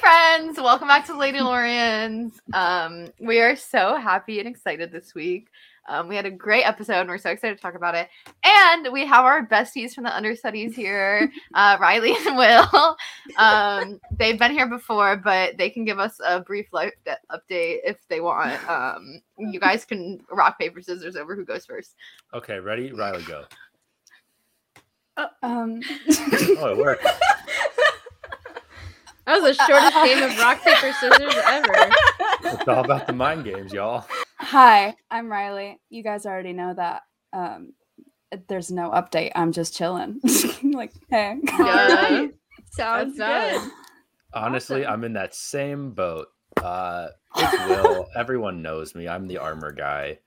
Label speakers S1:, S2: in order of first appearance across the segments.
S1: friends. Welcome back to Lady Lorians. Um, we are so happy and excited this week. Um, we had a great episode and we're so excited to talk about it. And we have our besties from the understudies here, uh, Riley and Will. Um, they've been here before, but they can give us a brief life de- update if they want. Um, you guys can rock, paper, scissors over who goes first.
S2: Okay, ready? Riley, go.
S3: Um,
S2: Oh, it worked.
S4: That was the shortest game of rock paper scissors ever.
S2: It's all about the mind games, y'all.
S3: hi, I'm Riley. You guys already know that. Um, there's no update. I'm just chilling. like, hey.
S1: Yeah.
S4: Sounds
S1: That's
S4: good.
S2: Honestly, I'm in that same boat. Uh, it's Will. Everyone knows me. I'm the armor guy.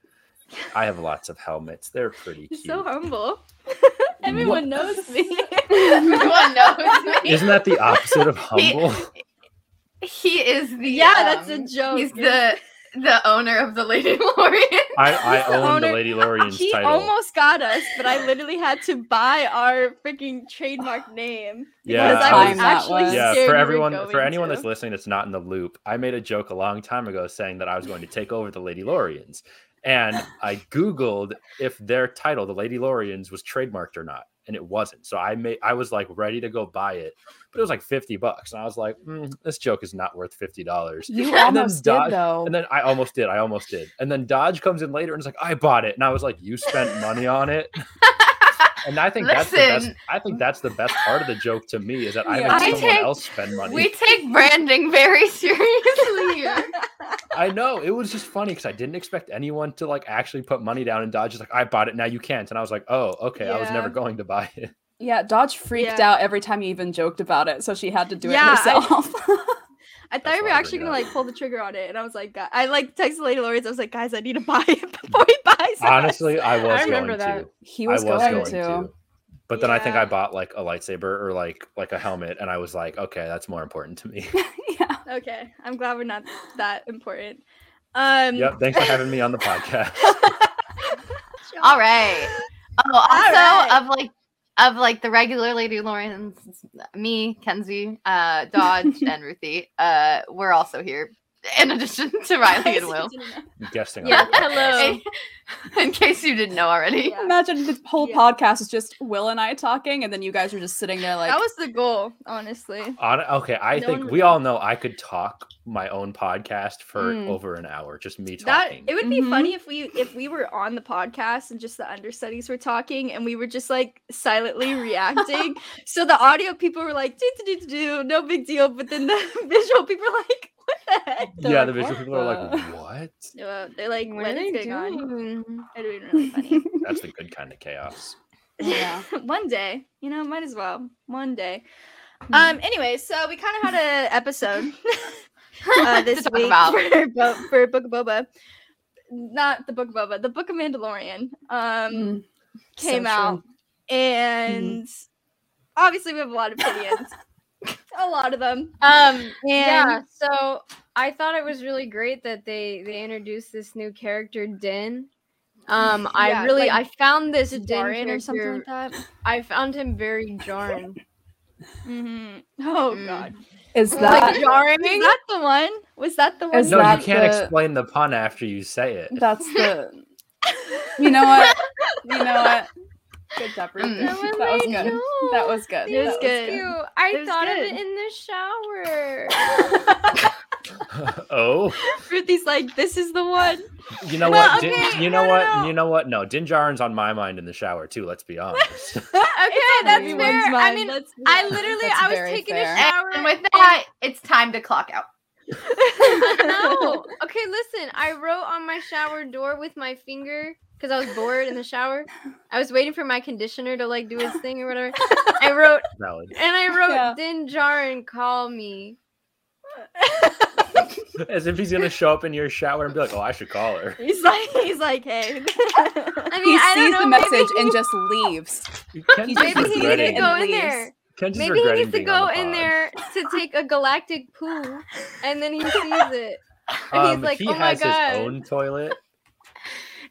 S2: I have lots of helmets. They're pretty
S4: He's
S2: cute.
S4: so humble. Everyone knows me.
S1: Everyone knows me.
S2: Isn't that the opposite of
S1: He-
S2: humble?
S1: He is the
S4: yeah, that's a
S1: um,
S4: joke.
S1: He's the the owner of the Lady Lorian.
S2: I, I
S4: the
S2: own the
S4: owner-
S2: Lady Lorian's
S4: he
S2: title.
S4: almost got us, but I literally had to buy our freaking trademark name.
S2: Yeah,
S4: because
S2: I
S4: I was
S2: was-
S4: actually
S3: Yeah,
S2: yeah,
S4: scared we
S2: for
S4: were
S2: everyone, for
S4: going
S2: anyone
S4: to.
S2: that's listening that's not in the loop, I made a joke a long time ago saying that I was going to take over the Lady Lorians, and I googled if their title, the Lady Lorians, was trademarked or not, and it wasn't. So I made, I was like ready to go buy it, but it was like fifty bucks, and I was like, mm, this joke is not worth fifty dollars.
S3: You
S2: then
S3: almost did,
S2: dodge-
S3: though.
S2: And then I almost did, I almost did, and then Dodge comes in later and is like, I bought it, and I was like, you spent money on it. And I think that's the best.
S1: Listen.
S2: I think that's the best part of the joke to me is that I
S3: Yeah.
S2: made
S1: I
S2: someone
S1: take-
S2: else spend money.
S1: We take branding very seriously here.
S2: I know it was just funny because I didn't expect anyone to like actually put money down and Dodge is like, I bought it now you can't, and I was like, oh okay, I was never
S4: Yeah.
S2: going to buy it.
S3: yeah, Dodge freaked
S4: Yeah.
S3: out every time you even joked about it, so she had to do
S4: Yeah, I-
S3: it herself.
S4: I thought
S2: That's
S4: we were
S2: all I
S4: actually gonna
S2: got.
S4: like pull the trigger on it, and I was like, "Gu- I like texted Lady Lawrence. I was like, guys, I need to buy it before he buys.
S2: Honestly, I was
S4: remember
S2: going
S4: that.
S2: to.
S3: he was,
S2: I was
S3: going,
S2: going
S3: to.
S2: But then I think
S4: Yeah.
S2: I bought like a lightsaber or like like a helmet, and I was like, okay, that's more important to me.
S3: yeah.
S4: us. Okay, I'm glad we're not that important. Um,
S2: yep, thanks for having me on the podcast.
S4: Sure.
S1: All right. Oh, also
S4: right.
S1: of like of like the regular Lady Lawrence, me, Kenzie, uh, Dodge, and Ruthie. Uh, we're also here in addition to Riley and Will.
S2: Guesting on
S4: Yeah.
S2: the podcast.
S4: Hello.
S1: In case you didn't know already.
S4: Yeah.
S3: Imagine the whole
S4: Yeah.
S3: podcast is just Will and I talking, and then you guys are just sitting there like,
S4: that was the goal, honestly.
S2: On, okay, I
S4: No
S2: think
S4: one-
S2: we all know I could talk my own podcast for
S3: Mm.
S2: over an hour, just me
S4: That
S2: talking.
S4: it would be
S3: Mhm.
S4: funny if we if we were on the podcast and just the understudies were talking and we were just like silently reacting. so the audio people were like, do do do do, no big deal. But then the visual people were like, what the heck?
S3: they're
S2: yeah,
S3: like,
S2: the visual
S3: "What
S2: people are
S3: the-"
S2: like, what?
S4: Uh, they're like, what is going on? It would be really funny.
S3: yeah.
S2: That's the good kind of chaos.
S3: "Oh, Yeah.
S4: One day, you know, might as well. One day.
S3: Hmm.
S4: Um. Anyway, so we kind of had an episode uh, this
S1: to talk about.
S4: week for, Bo- for Book of Boba. Not the Book of Boba, the Book of Mandalorian. Um.
S3: Mm, so
S4: came
S3: true.
S4: out and obviously we have a lot of opinions a lot of them
S1: Um,
S4: and
S5: yeah so i thought it was really great that they they introduced this new character din um i
S4: Yeah,
S5: really
S4: like,
S5: i found this
S4: is it
S5: din
S4: Darren or something like
S5: character-
S4: that
S5: i found him very jarring
S4: Mhm. oh
S1: Mm.
S4: god
S3: Is
S5: like
S3: that
S4: is
S5: jarring
S4: that the one was that the one
S3: Is
S2: No,
S3: that
S2: you can't
S3: the-
S2: explain the pun after you say it.
S3: that's the? You know what? You know what? Good job, Ruthie.
S1: Mm.
S3: That was good. That was good.
S4: It was
S3: That
S4: good.
S5: Ew, i
S4: It was
S5: thought of
S4: good.
S5: it in the shower
S2: oh,
S4: ruthie's like this is the one
S2: you know
S4: No,
S2: what? Din-
S4: okay,
S2: you know
S4: no,
S2: what?
S4: no, no.
S2: You know what? No, Din Djarin's on my mind in the shower too. Let's be honest.
S5: okay that's
S3: everyone's
S5: fair i
S4: mind,
S5: mean
S4: let's be
S5: i
S4: honest.
S5: literally
S3: That's
S5: i was
S3: very
S5: taking
S3: fair.
S5: a shower
S1: and with that, it's time to clock out.
S5: no. Okay, listen. I wrote on my shower door with my finger because I was bored in the shower. I was waiting for my conditioner to like do its thing or whatever. I wrote
S2: Valid.
S5: and I wrote
S3: Yeah.
S5: Din Djarin, call me.
S2: As if he's gonna show up in your shower and be like, "Oh, I should call her."
S4: he's like he's like hey
S5: I mean,
S3: He
S5: I don't
S3: sees
S5: know.
S3: the
S5: maybe
S3: message
S5: he-
S3: and just leaves.
S2: Ken's
S3: just
S2: just
S5: Maybe he
S3: regretting it
S2: regretting.
S5: needs to go
S3: and
S5: in
S3: leaves.
S5: there.
S2: Ken's just
S5: Maybe he
S2: regretting
S5: needs to
S2: being on
S5: go
S2: the
S5: in
S2: pod.
S5: there to take a galactic poo, and then he sees it. And he's
S2: Um,
S5: like,
S2: he
S5: "Oh my
S2: has
S5: god!"
S2: his own toilet.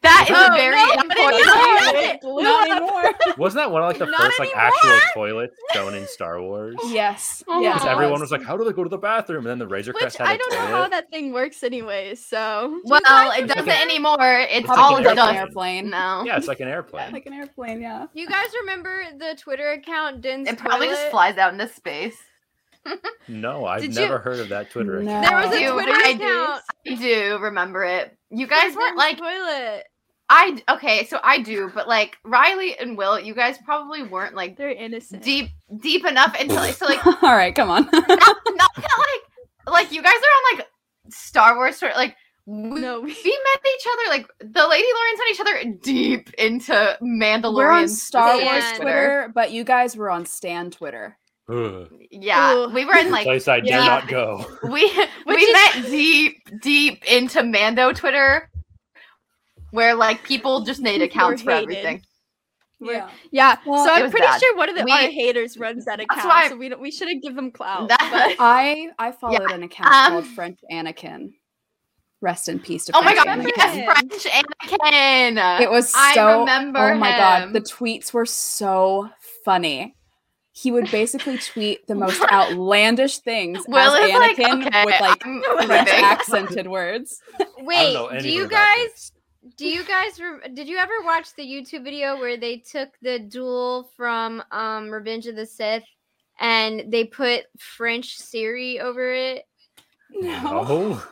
S1: That is
S5: Oh,
S1: a very
S5: no, but
S1: important. topic.
S5: it's
S3: Not anymore.
S2: Wasn't that one of like the
S5: Not
S2: first like
S5: anymore.
S2: actual toilets shown in Star Wars?
S3: yes.
S5: Oh
S3: yes,
S2: Because
S5: my
S3: it
S2: everyone was like, "How do they go to the bathroom?" And then the Razor
S4: Which
S2: Crest had
S4: I
S2: a
S4: don't know
S2: toilet.
S4: how that thing works, anyways. So
S1: Well, it
S2: It's like
S1: doesn't
S2: an-
S1: anymore. It's
S2: it's like
S1: all
S2: an
S1: done.
S2: airplane.
S3: airplane.
S1: now.
S2: yeah, it's like an airplane.
S3: Like an airplane, yeah.
S5: You guys remember the Twitter account Din's
S1: It probably just
S5: Toilet?
S1: flies out into space.
S2: No, I've
S5: Did you-
S2: never heard of that Twitter. account.
S3: No.
S5: There was a
S1: Ew,
S5: Twitter
S1: I do.
S5: account.
S1: I do remember it. You guys
S5: Twitter
S1: weren't like
S5: toilet.
S1: I d- okay, so I do, but like Riley and Will, you guys probably weren't like
S4: they're innocent.
S1: deep deep enough until so like
S3: All right, come on.
S1: not, not that, like like you guys are on like Star Wars sort like we,
S4: No, we-
S1: we met each other like the Lady Lawrence had each other deep into Mandalorian
S3: We're on Star Wars
S5: Stan.
S3: Twitter, but you guys were on Stan Twitter.
S2: Ugh.
S1: Yeah,
S4: Ugh.
S1: we were in like
S2: place I dare
S1: yeah.
S2: not go.
S1: we we
S5: is-
S1: met deep deep into Mando Twitter, where like people just made
S4: Were
S1: accounts for
S4: hated.
S1: everything.
S4: Yeah.
S3: Yeah.
S4: yeah.
S3: Well,
S4: so
S1: it
S4: I'm
S1: was
S4: pretty
S1: bad.
S4: sure one of the,
S1: We-
S4: our haters runs that account.
S1: why-
S4: So we don't. We shouldn't give them clout.
S1: That-
S3: I I followed an account
S1: um,
S3: called French Anakin. Rest in peace to
S1: oh my
S3: French
S1: god,
S5: Anakin.
S1: yes, French Anakin.
S3: It was so.
S1: I remember
S3: Oh my god,
S1: him.
S3: the tweets were so funny. He would basically tweet the most outlandish things
S1: Will
S3: as
S1: is like,
S3: Anakin
S1: okay,
S3: with like
S1: I'm
S3: French
S1: leaving.
S3: accented words.
S2: I don't
S5: Wait,
S2: know
S5: do
S2: anything
S5: you
S2: about
S5: guys
S2: this.
S5: do you guys re- did you ever watch the YouTube video where they took the duel from um Revenge of the Sith and they put French Siri over it
S3: No.
S2: No.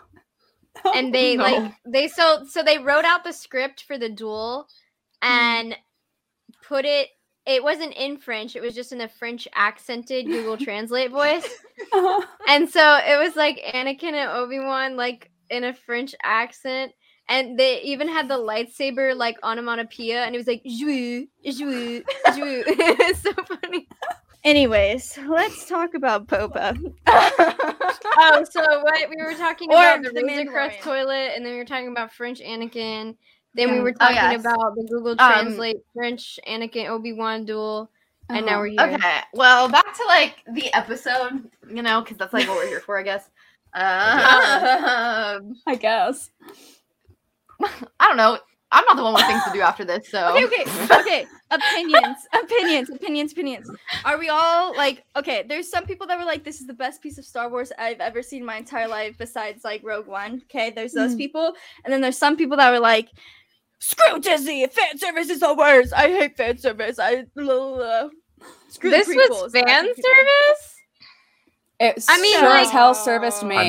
S3: Oh,
S5: and they
S1: no.
S5: like they so so they wrote out the script for the duel and put it it wasn't in French it was just in the French accented Google Translate voice and so it was like Anakin and Obi Wan like in a French accent, and they even had the lightsaber like onomatopoeia, and it was like jou, jou, jou. it's so funny.
S4: Anyways, let's talk about Popa.
S5: Oh, so what we were talking
S4: Or
S5: about the
S4: the
S5: Razor Crest
S4: Mandalorian.
S5: toilet, and then we were talking about French Anakin. Then we
S3: Yeah.
S5: were
S1: Oh,
S5: talking
S1: yes.
S5: about the Google
S1: Um,
S5: Translate French Anakin Obi Wan duel, and
S3: Uh-huh,
S5: now we're here.
S1: Okay, well, back to like the episode, you know, because that's like what we're here for, I guess. Um,
S3: I guess.
S1: I don't know. I'm not the one with things to do after this, so
S4: Okay, okay, okay. Opinions, opinions, opinions, opinions. Are we all like okay? There's some people that were like, "This is the best piece of Star Wars I've ever seen in my entire life," besides like Rogue One. Okay, there's those
S5: Hmm.
S3: Mhm.
S4: people, and then there's some people that were like, "Screw Disney, fan service is the worst. I hate fan service. I blah, blah, blah. screw the
S5: This was
S4: prequels." Like,
S5: fan
S4: people-
S5: service.
S3: It
S5: I mean,
S3: sure
S5: like-
S3: as hell serviced me.
S2: I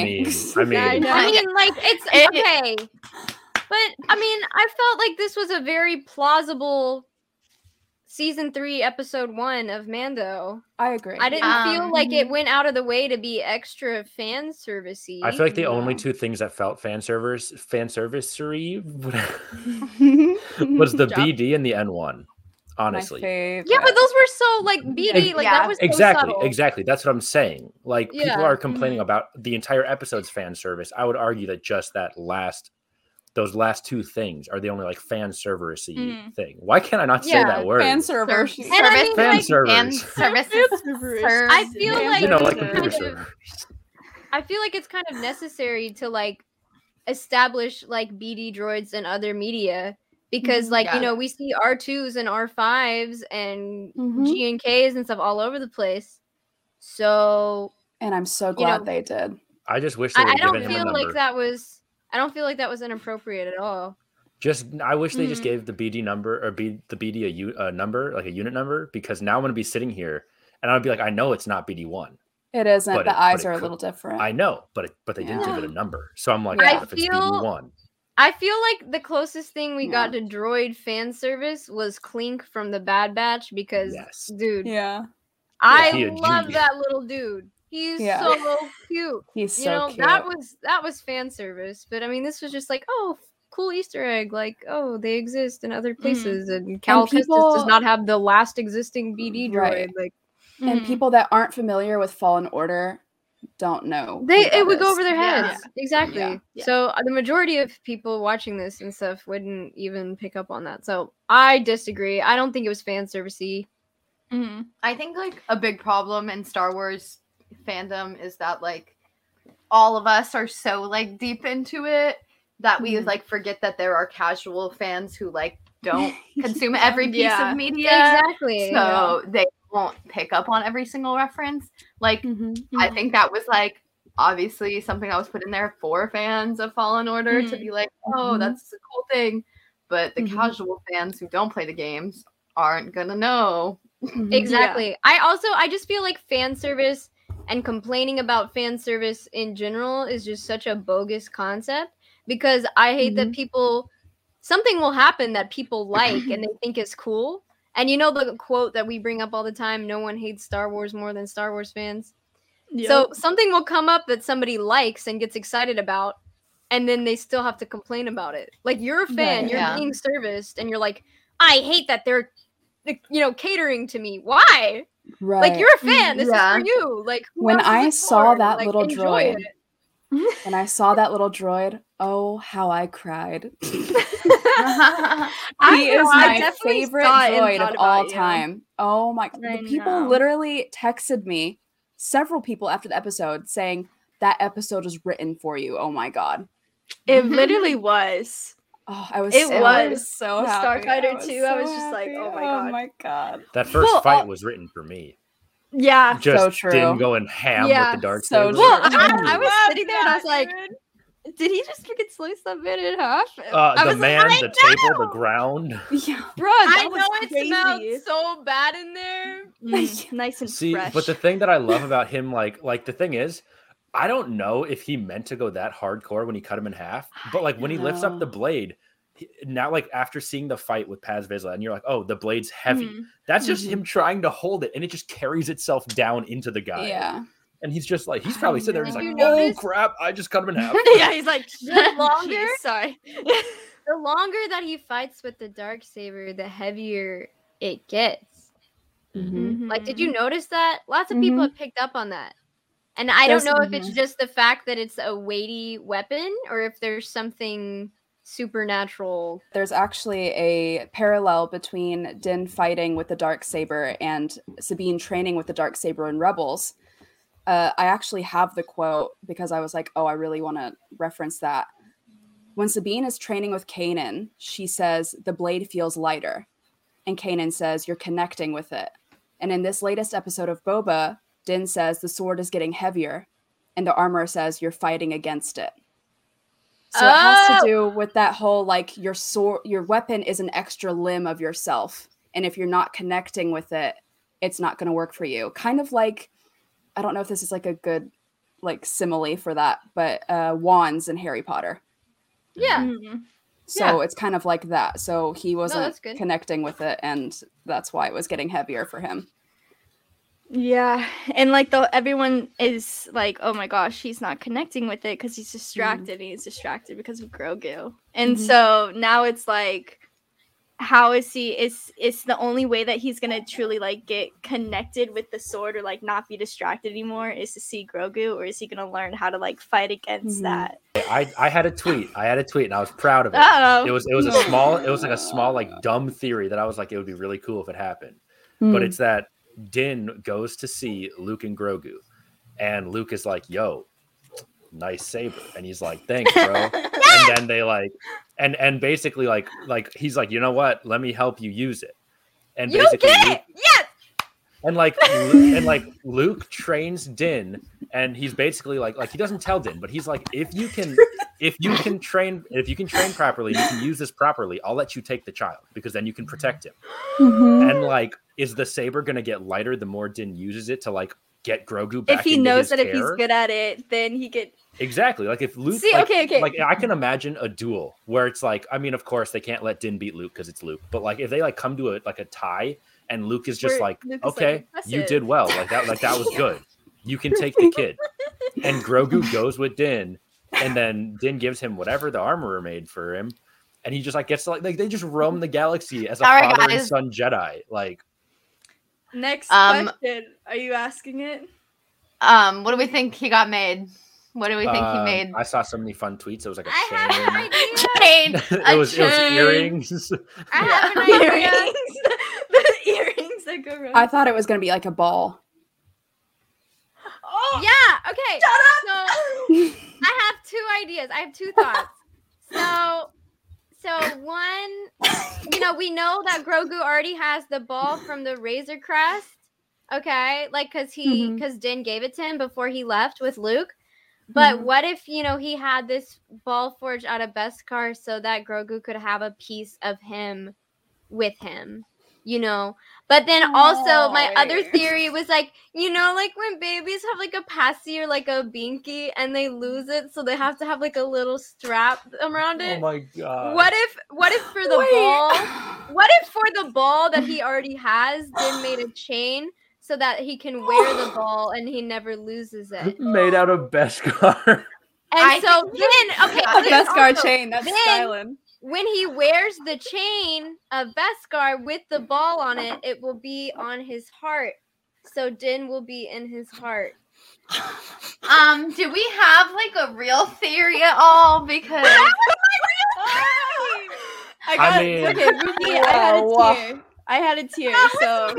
S2: mean, I mean,
S4: I know.
S5: I mean, like it's
S4: It-
S5: okay, but I mean, I felt like this was a very plausible season three, episode one of Mando.
S3: I agree.
S5: I didn't feel
S1: Um,
S5: like it went out of the way to be extra fan servicey.
S2: I feel like the
S3: No.
S2: only two things that felt fan servers, fan servicery, whatever, was the
S4: Job.
S2: BD and the N1. Honestly,
S3: My favorite.
S5: yeah, but those were so like BD, like
S1: Yeah.
S5: that was so
S2: exactly,
S5: subtle.
S2: exactly. That's what I'm saying. Like
S5: Yeah. mm-hmm.
S2: people are complaining about the entire episode's fan service. I would argue that just that last, those last two things are the only like fan servicey
S4: Mm.
S2: thing. Why can't I not say
S5: Yeah,
S2: that word?
S3: fan server.
S1: Service,
S5: And I mean,
S2: fan
S5: like,
S2: servers.
S1: and services.
S5: I feel
S4: You
S5: like
S2: you know,
S5: those
S2: like
S5: are
S2: computer
S5: kind of-
S2: server.
S5: I feel like it's kind of necessary to like establish like BD droids and other media because
S3: Mhm.
S5: like
S1: Yeah.
S5: you know we see R2s and R5s and
S3: Mhm.
S5: G and Ks and stuff all over the place. So
S3: And I'm so glad
S5: know-
S3: they did.
S2: I just wish they
S5: I,
S2: would
S5: I
S2: have
S5: don't
S2: given him a
S5: feel
S2: number.
S5: like that was I don't feel like that was inappropriate at all.
S2: Just I wish they just
S5: Mm-hmm.
S4: Mhm.
S2: gave the BD number or B, the BD a, u, a number like a unit number because now I'm gonna be sitting here and I'll be like I know it's not BD one
S3: It isn't.
S2: But it-
S3: the
S2: but
S3: eyes
S2: it
S3: are a
S2: could-
S3: little different.
S2: I know but it, but they didn't give it a number so I'm like
S3: I
S2: well, if it's
S5: feel-
S2: BD one
S5: I feel like the closest thing we got to droid fan service was Clink from the Bad Batch because
S2: yes
S5: dude,
S3: yeah.
S5: I
S2: he a
S5: love
S2: G.
S5: that little dude. He's
S3: Yeah.
S5: so cute.
S3: He's so
S5: you know
S3: cute.
S5: that was that was fan service but i mean this was just like oh f- cool easter egg like oh they exist in other places and cal Kestis does
S3: people-
S5: not have the last existing bd droid
S3: Right.
S5: like
S3: and
S4: Mhm.
S3: people that aren't familiar with Fallen Order don't know. who
S5: they
S3: that
S5: it would go
S3: is.
S5: over their
S4: Yeah.
S5: heads exactly
S3: Yeah.
S4: Yeah.
S5: so uh, the majority of people watching this and stuff wouldn't even pick up on that so i disagree i don't think it was fan servicey
S4: Mhm.
S1: I think like a big problem in Star Wars fandom is that like all of us are so like deep into it that we
S3: Mhm.
S1: like forget that there are casual fans who like don't consume every piece
S4: Yeah.
S1: of media.
S5: Exactly.
S1: So they won't pick up on every single reference. Like I think that was like obviously something that was put in there for fans of Fallen Order to
S4: Mhm.
S1: be like, oh,
S3: Mhm.
S1: that's a cool thing. But the
S3: Mhm.
S1: casual fans who don't play the games aren't gonna know.
S3: Mm-hmm.
S5: Exactly. I also I just feel like fan service and complaining about fan service in general is just such a bogus concept because I hate that people something will happen that people like and they think is cool. And you know the quote that we bring up all the time, no one hates Star Wars more than Star Wars fans. So something will come up that somebody likes and gets excited about, and then they still have to complain about it. Like you're a fan,
S3: Right.
S5: you're
S1: Yeah.
S5: being serviced, and you're like, I hate that they're, like, you know, catering to me. Why?
S3: Right.
S5: Like you're a fan. This
S1: Yeah.
S5: is for you. Like who
S3: When
S5: else is
S3: I
S5: it
S3: saw
S5: for?
S3: that
S5: Like,
S3: little
S5: enjoy
S3: droid-
S5: it.
S3: when I saw that little droid, oh how I cried.
S4: I
S3: he
S4: know,
S3: is
S4: I
S3: my
S4: definitely
S3: favorite
S4: saw it and
S3: droid
S4: thought
S3: of all
S4: about you.
S3: time. Oh my! The
S4: I
S3: people
S4: know.
S3: literally texted me, several people after the episode, saying that episode was written for you. Oh my god!
S4: It literally was.
S3: Oh, I was.
S4: It
S3: so,
S4: was
S3: so
S4: with
S3: happy.
S4: Starfighter 2, I was just like,
S3: happy.
S4: oh my
S3: Oh
S4: God.
S3: my god!
S2: That first
S4: Well,
S5: oh
S2: fight
S4: uh,
S2: was written for me.
S4: Yeah.
S2: Just
S3: true.
S2: didn't go in ham
S5: Yeah,
S2: with the dark
S3: so
S2: saber.
S3: true.
S5: Well,
S3: Well,
S5: I, I was
S4: Love
S5: sitting there and I was
S4: that,
S5: like,
S4: dude.
S5: did he just freaking slice that man in half? I
S2: Uh, the
S5: was like,
S2: man,
S5: I
S2: the table, the ground.
S3: Yeah.
S4: Bruh, that
S5: I
S4: was
S5: know it
S4: crazy.
S5: smells so bad in there.
S4: Mm, nice and
S2: See,
S4: fresh.
S2: but the thing that I love about him, like, like the thing is, I don't know if he meant to go that hardcore when he cut him in half. But like when he lifts up
S3: know.
S2: the blade, he- now like after seeing the fight with Paz Vizsla, and you're like, oh, the blade's heavy.
S4: Mhm.
S2: That's just
S3: Mhm.
S2: him trying to hold it, and it just carries itself down into the guy.
S3: Yeah.
S2: And he's just like, he's
S3: I
S2: probably sitting there,
S3: know.
S2: he's like,
S5: Did you
S2: oh
S5: notice-
S2: crap, I just cut him in half.
S4: yeah, he's like
S5: The longer-
S4: "Jeez, Sorry.
S5: the longer that he fights with the dark saber, the heavier it gets.
S4: Mm-hmm.
S2: Mm-hmm.
S5: Like, did you notice that? Lots of people
S3: Mhm.
S5: have picked up on that. And I
S3: There's-
S5: don't know if it's just the fact that it's a weighty weapon or if there's something supernatural.
S3: There's actually a parallel between Din fighting with the dark saber and Sabine training with the dark saber in Rebels. Uh, I actually have the quote because I was like, "Oh, I really want to reference that." When Sabine is training with Kanan, she says, "The blade feels lighter," and Kanan says, "You're connecting with it." And in this latest episode of Boba, Din says, "The sword is getting heavier," and the armor says, "You're fighting against it." So it has
S5: Oh!
S3: to do with that whole like your sword, your weapon is an extra limb of yourself, and if you're not connecting with it, it's not going to work for you. Kind of like, I don't know if this is like a good like simile for that, but uh, wands in Harry Potter.
S5: Yeah.
S4: Mhm.
S3: So it's kind of like that. So he wasn't
S5: that's good.
S3: connecting with it, and that's why it was getting heavier for him.
S4: Yeah, and like the everyone is like, oh my gosh, he's not connecting with it because he's
S5: Mm-hmm.
S4: distracted. And he's distracted because of Grogu, and
S3: Mhm.
S4: so now it's like, how is he? Is it's the only way that he's gonna truly like get connected with the sword or like not be distracted anymore is to see Grogu, or is he gonna learn how to like fight against
S5: Mm-hmm.
S3: Mhm.
S4: that?
S2: I, I had a tweet. I had a tweet and I was proud of it.
S4: Oh,
S2: It was it was a
S3: No.
S2: small it was like a small,
S3: Oh.
S2: like dumb theory that I was like, it would be really cool if it happened.
S3: Hmm.
S2: But
S3: Mm.
S2: it's that Din goes to see Luke and Grogu, and Luke is like, yo, nice saber. And he's like, thanks, bro. and then they like and and basically like like he's like, you know what? Let me help you use it. And
S5: You
S2: basically
S5: get
S2: Luke-
S5: it! Yes!
S2: and like Lu- and like Luke trains Din, and he's basically like like he doesn't tell Din, but he's like, if you can, if you can train, if you can train properly, you can use this properly. I'll let you take the child because then you can protect him.
S4: Mm-hmm.
S2: And like, is the saber gonna get lighter the more Din uses it to like get Grogu back?
S4: if he
S2: into his
S4: knows that if he's
S2: care?
S4: good at it, then he get
S2: exactly like if Luke
S4: see.
S2: like,
S4: okay, okay.
S2: like I can imagine a duel where it's like, I mean, of course they can't let Din beat Luke because it's Luke, but like if they like come to a like a tie and Luke is just
S4: Where
S2: like,
S4: Luke is like,
S2: okay,
S4: "That's
S2: you
S4: it."
S2: did well, like that, like that was good. You can take the kid, and Grogu goes with Din, and then Din gives him whatever the armorer made for him, and he just like gets to, like like they just roam the galaxy as a
S1: All right,
S2: father and
S1: guys.
S2: son Jedi. Like
S4: Next
S1: Um,
S4: question. Are you asking it?
S1: Um, what do we think he got made? What do we think he
S2: um,
S1: made?
S2: I saw so many fun tweets. It was like a
S5: I have an
S2: chain.
S5: idea.
S1: Chain.
S2: it was it was
S1: chain.
S2: earrings.
S5: I have an idea.
S4: Earrings. the earrings that go wrong.
S3: I thought it was going to be like a ball.
S4: oh,
S5: Yeah, okay.
S4: shut up!
S5: So I have two ideas. I have two thoughts. So, so one, you know, we know that Grogu already has the ball from the Razor Crest. Okay, like because he
S3: Mhm.
S5: because Din gave it to him before he left with Luke. But
S3: Mhm.
S5: what if you know he had this ball forged out of Beskar so that Grogu could have a piece of him with him, you know? But then also my other
S4: Right.
S5: theory was like, you know, like when babies have like a passy or like a binky and they lose it, so they have to have like a little strap around it.
S2: Oh my god.
S5: what if what if for the
S3: Wait.
S5: ball what if for the ball that he already has, Din made a chain so that he can wear the ball and he never loses it? And
S2: Made out of Beskar.
S1: I
S5: so then, okay,
S3: A
S5: then
S3: Beskar
S5: also,
S3: chain. That's
S5: then-
S3: styling.
S5: When he wears the chain of Beskar with the ball on it, it will be on his heart. So Din will be in his heart.
S1: Um, do we have like a real theory at all? Because
S4: I
S2: I
S4: got
S2: mean-
S4: okay, Ruby, I had
S3: Wow.
S4: a tear. I had a tear. So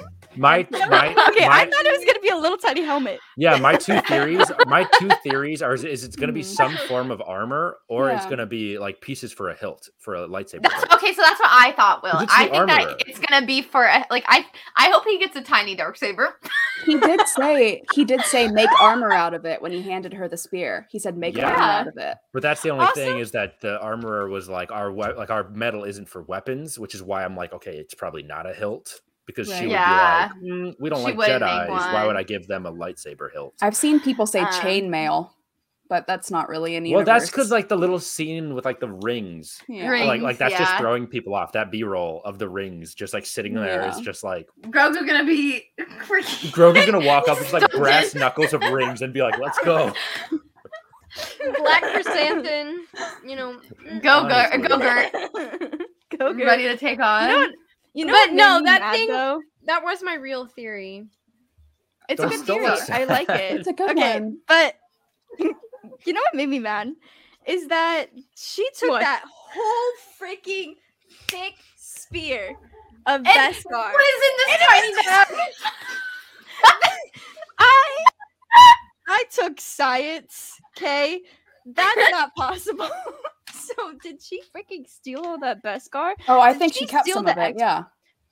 S2: My my
S4: okay, I
S2: my-
S4: thought it was gonna be a little tiny helmet.
S2: Yeah, my two theories. My two theories are: is, is it's going to be
S1: Mm-hmm.
S3: Mhm.
S2: some form of armor, or it's
S3: Yeah.
S2: going to be like pieces for a hilt for a lightsaber.
S1: that's
S2: hilt.
S1: okay. So that's what I thought. Will
S2: Because it's
S1: I
S2: the
S1: think
S2: armorer.
S1: that it's gonna be for a- like I I hope he gets a tiny dark saber.
S3: He did say he did say make armor out of it when he handed her the spear. He said make armor
S1: Yeah.
S3: out of it.
S2: But that's the only
S4: Also-
S2: thing is that the armorer was like our we- like our metal isn't for weapons, which is why I'm like, okay, it's probably not a hilt because
S3: Right.
S2: she would
S1: Yeah.
S2: be like, "Mm, we don't
S1: She
S2: like
S1: wouldn't make
S2: Jedi's. Why would
S1: one."
S2: I give them a lightsaber hilt?
S3: I've seen people say
S1: Um,
S3: chainmail, but that's not really an
S2: Well,
S3: universe.
S2: that's because like the little scene with like the rings.
S3: yeah.
S1: Right.
S2: Like, like
S1: Rings,
S2: that's just
S1: yeah.
S2: throwing people off. That B-roll of the rings, just like sitting there, is
S3: Yeah.
S2: just like
S1: Grogu gonna be freaking.
S2: Grover's gonna walk up
S1: He's
S2: with like
S1: still
S2: brass
S1: dead.
S2: knuckles of rings and be like, "Let's go."
S5: Black chrysanthemum, you know. mm.
S1: Go go
S2: Honestly.
S1: go Gert.
S4: Go Gert.
S1: uh, Ready to take on.
S4: You know what- You know what
S5: But no,
S4: made me
S5: that
S4: mad,
S5: thing-
S4: though?
S5: That was my real theory.
S4: It's
S2: Don't-
S4: a good
S2: don't
S4: theory.
S2: look
S4: I like
S2: sad.
S4: it.
S3: It's a good
S4: Okay.
S3: one.
S4: But you know what made me mad is that she took
S5: What?
S4: that whole freaking thick spear of
S1: And
S4: Beskar.
S1: What is in this tiny bag?
S4: I I took science. Okay, that's not possible. so did she freaking steal all that Beskar?
S3: Oh, I
S4: Did
S3: think
S4: she
S3: she kept
S4: steal
S3: some
S4: the
S3: of it.
S4: ex-
S3: Yeah,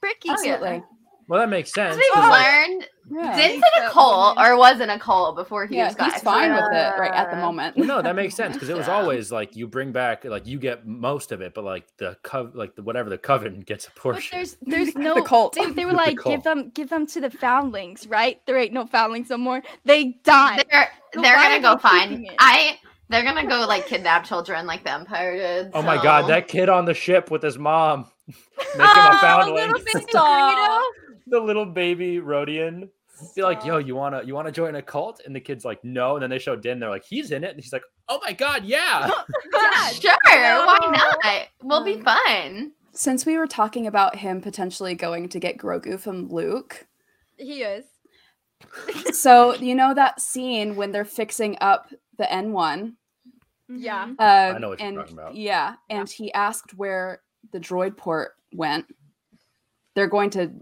S4: Freaking
S1: Oh, yeah.
S3: absolutely.
S2: Well, that makes sense.
S1: As we
S2: 'cause, like,
S1: learned,
S3: Yeah,
S1: Din's in
S4: That
S1: a cult
S4: woman-
S1: or was in a cult before he
S3: yeah
S1: was Uh, got
S3: he's fine with it right at the
S1: exiled.
S3: moment.
S2: well, no, that makes sense because it was
S1: Yeah.
S2: always like you bring back, like you get most of it, but like the cov, like the, whatever the coven gets a
S4: But
S2: portion.
S4: there's there's no
S3: the cult.
S4: They, they were
S2: The
S4: like,
S2: cult.
S4: give them give them to the foundlings, right? There ain't no foundlings no more. They died.
S1: They're
S4: But
S1: they're
S4: why
S1: gonna
S4: are
S1: go
S4: they
S1: find.
S4: keeping it?
S1: I they're gonna go like kidnap children like the Empire did.
S2: oh my god,
S1: so-
S2: that kid on the ship with his mom, make him a
S5: Oh,
S2: foundling.
S5: little baby Greedo.
S3: Stop.
S2: the little baby Rodian. Be like, yo, you wanna you wanna join a cult? And the kid's like, no. And then they show Din, they're like, he's in it, and he's like, oh my god, yeah.
S4: God.
S1: sure. Why not? We'll be
S4: Um,
S1: fun.
S3: Since we were talking about him potentially going to get Grogu from Luke,
S5: He is.
S3: so you know that scene when they're fixing up the N one.
S5: Yeah.
S4: Mhm.
S3: Uh, I
S2: know what you're
S3: and,
S2: talking about.
S3: Yeah, and he asked where the droid port went. They're going to,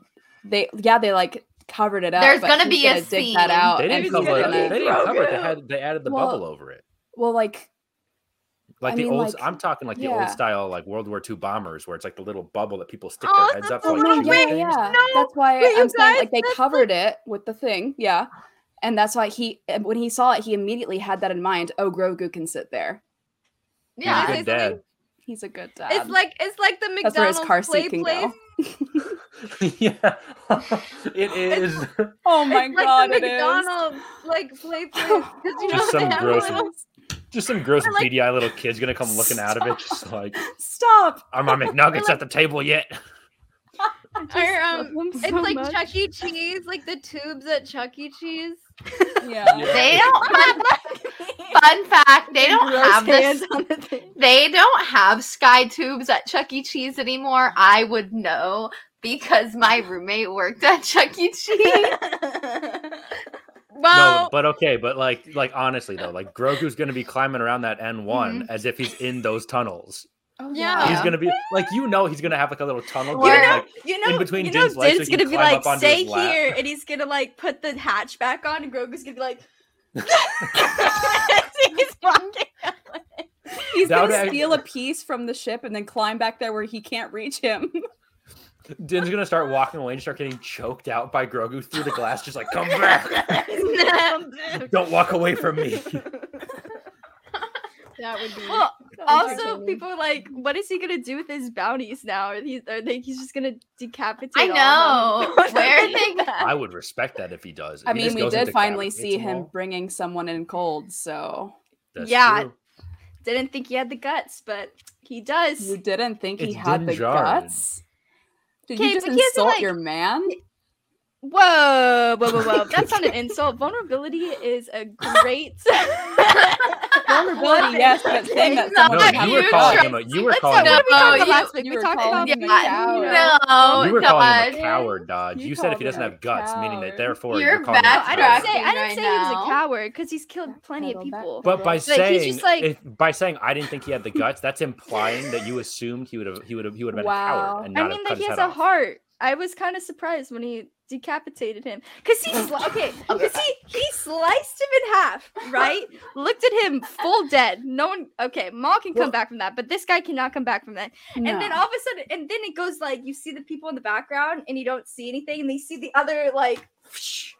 S3: they yeah, they like covered it up.
S1: There's
S3: but
S1: gonna
S3: he's
S1: be a
S3: dig
S1: scene.
S3: that out.
S2: They
S3: and
S2: didn't
S3: he's
S2: cover it.
S3: gonna-
S2: They didn't cover it. They
S4: Grogu.
S2: had they added the
S3: Well,
S2: bubble over it.
S3: Well, like
S2: Like
S3: I
S2: the
S3: mean,
S2: old,
S3: like-
S2: I'm talking like the
S3: yeah.
S2: old style, like World War II bombers, where it's like the little bubble that people stick
S5: Oh,
S2: their heads
S5: that's
S2: up
S5: a
S2: to, like
S3: yeah,
S2: shoot
S5: little wait,
S2: things.
S3: yeah.
S4: No,
S3: That's why
S4: wait, you
S3: I'm saying
S4: guys,
S3: like they
S4: that's
S3: covered it with the thing. Yeah. And that's why he and when he saw it, he immediately had that in mind. Oh, Grogu can sit there.
S2: He's a
S5: Yeah.
S2: good
S5: Say something?
S2: dad.
S3: He's a good dad.
S5: It's like it's like the
S3: That's where his
S5: McDonald's
S3: car
S5: play
S3: seat can
S5: place.
S3: go.
S2: yeah, it is.
S3: Oh
S5: It's like the McDonald's like play place because you know
S2: Just
S5: they
S2: some
S5: have
S2: gross-
S5: a little
S2: Just some gross
S5: Or, like-
S2: beady eyed little kid's gonna come looking out of it, just like,
S3: Stop.
S2: are my McNuggets
S5: like-
S2: at the table yet?
S5: or, um,
S4: it's
S5: it's like Chuck E. Cheese, like the tubes at Chuck E. Cheese.
S3: Yeah.
S1: They don't have. fun fact: They don't have this.
S4: on the thing.
S1: They don't have sky tubes at Chuck E. Cheese anymore. I would know because my roommate worked at Chuck E. Cheese.
S2: No,
S5: Well,
S2: but okay, but like, like honestly though, like Grogu's gonna be climbing around that N one as if he's in those tunnels.
S3: Oh,
S5: Mm-hmm. Yeah.
S2: He's gonna be like, you know, he's gonna have like a little tunnel.
S1: You
S4: You
S2: going,
S1: Where-
S4: know,
S2: like,
S4: you know,
S2: between
S4: you know,
S2: Din's legs, so
S4: Din's
S2: he can
S4: gonna be
S2: climb
S4: like,
S2: up onto his
S4: "Stay
S2: lap."
S4: here," and he's gonna like put the hatch back on, and Grogu's gonna be like, he's walking.
S3: He's He's
S2: That would
S3: gonna
S2: act-
S3: steal a piece from the ship and then climb back there where he can't reach him.
S2: Din's gonna start walking away and start getting choked out by Grogu through the glass, just like come back, don't walk away from me.
S5: that would be
S4: Well,
S5: that would be
S4: also,
S5: entertaining.
S4: people are like, what is he gonna do with his bounties now? Are, he, are they, he's just gonna decapitate?
S1: I
S4: all of them?
S1: know. Where are they?
S2: I would respect that if he does. If
S3: I
S2: he
S3: mean,
S2: just
S3: we
S2: goes and
S3: did finally see
S2: decapitates them
S3: him
S2: all,
S3: bringing someone in cold, so
S2: that's
S4: Yeah,
S2: true.
S4: Didn't think he had the guts, but he does.
S3: you didn't think he
S2: It's
S3: had
S2: Din
S3: the
S2: Djarin.
S3: guts. Did
S4: Okay,
S3: you just
S4: but he has to,
S3: insult
S4: like-
S3: your man?
S4: Whoa, whoa, whoa, whoa. That's not an insult. Vulnerability is a great.
S3: Oh, Vulnerability, yes, but saying that
S1: It's
S3: someone
S1: not
S3: would
S2: No,
S3: have
S1: you
S2: you were
S3: the
S2: calling
S3: guts.
S2: him. A, you were
S4: Let's
S2: calling.
S1: not-
S2: him
S4: what
S2: a
S4: did we
S1: No,
S4: talk about
S1: you-
S4: last week?
S3: you
S4: We
S3: were
S4: talked
S3: calling
S4: about
S3: him a
S4: Matt
S3: coward.
S4: Hero.
S3: No,
S1: No,
S2: You were
S1: no,
S2: calling him a
S1: I-
S2: coward, Dodge.
S3: You
S2: You, said if
S3: called
S2: he doesn't
S3: him a
S2: have guts, meaning that
S3: coward.
S2: therefore
S1: You're
S2: you're calling him a
S1: backtracking.
S4: I didn't
S2: coward.
S4: say I didn't
S1: Right
S4: say he was
S1: now.
S4: a coward because he's killed plenty of
S3: Backpedal back.
S4: people.
S2: But by
S3: Like, he's
S2: saying,
S4: just like-
S2: if, by saying, I didn't think he had the guts. That's implying that you assumed he would have, he would have, he would have been a
S3: Wow.
S2: coward and not
S4: I mean,
S2: have cut
S4: like he
S2: his
S4: has
S2: head
S4: a
S2: off.
S4: heart. I was kind of surprised when he decapitated him because he sli- okay
S1: I'll be
S4: because he he sliced him in half right looked at him full dead no one okay Maul can come
S2: Well-
S4: back from that but this guy cannot come back from that and then all of a sudden and then it goes like you see the people in the background and you don't see anything and they see the other like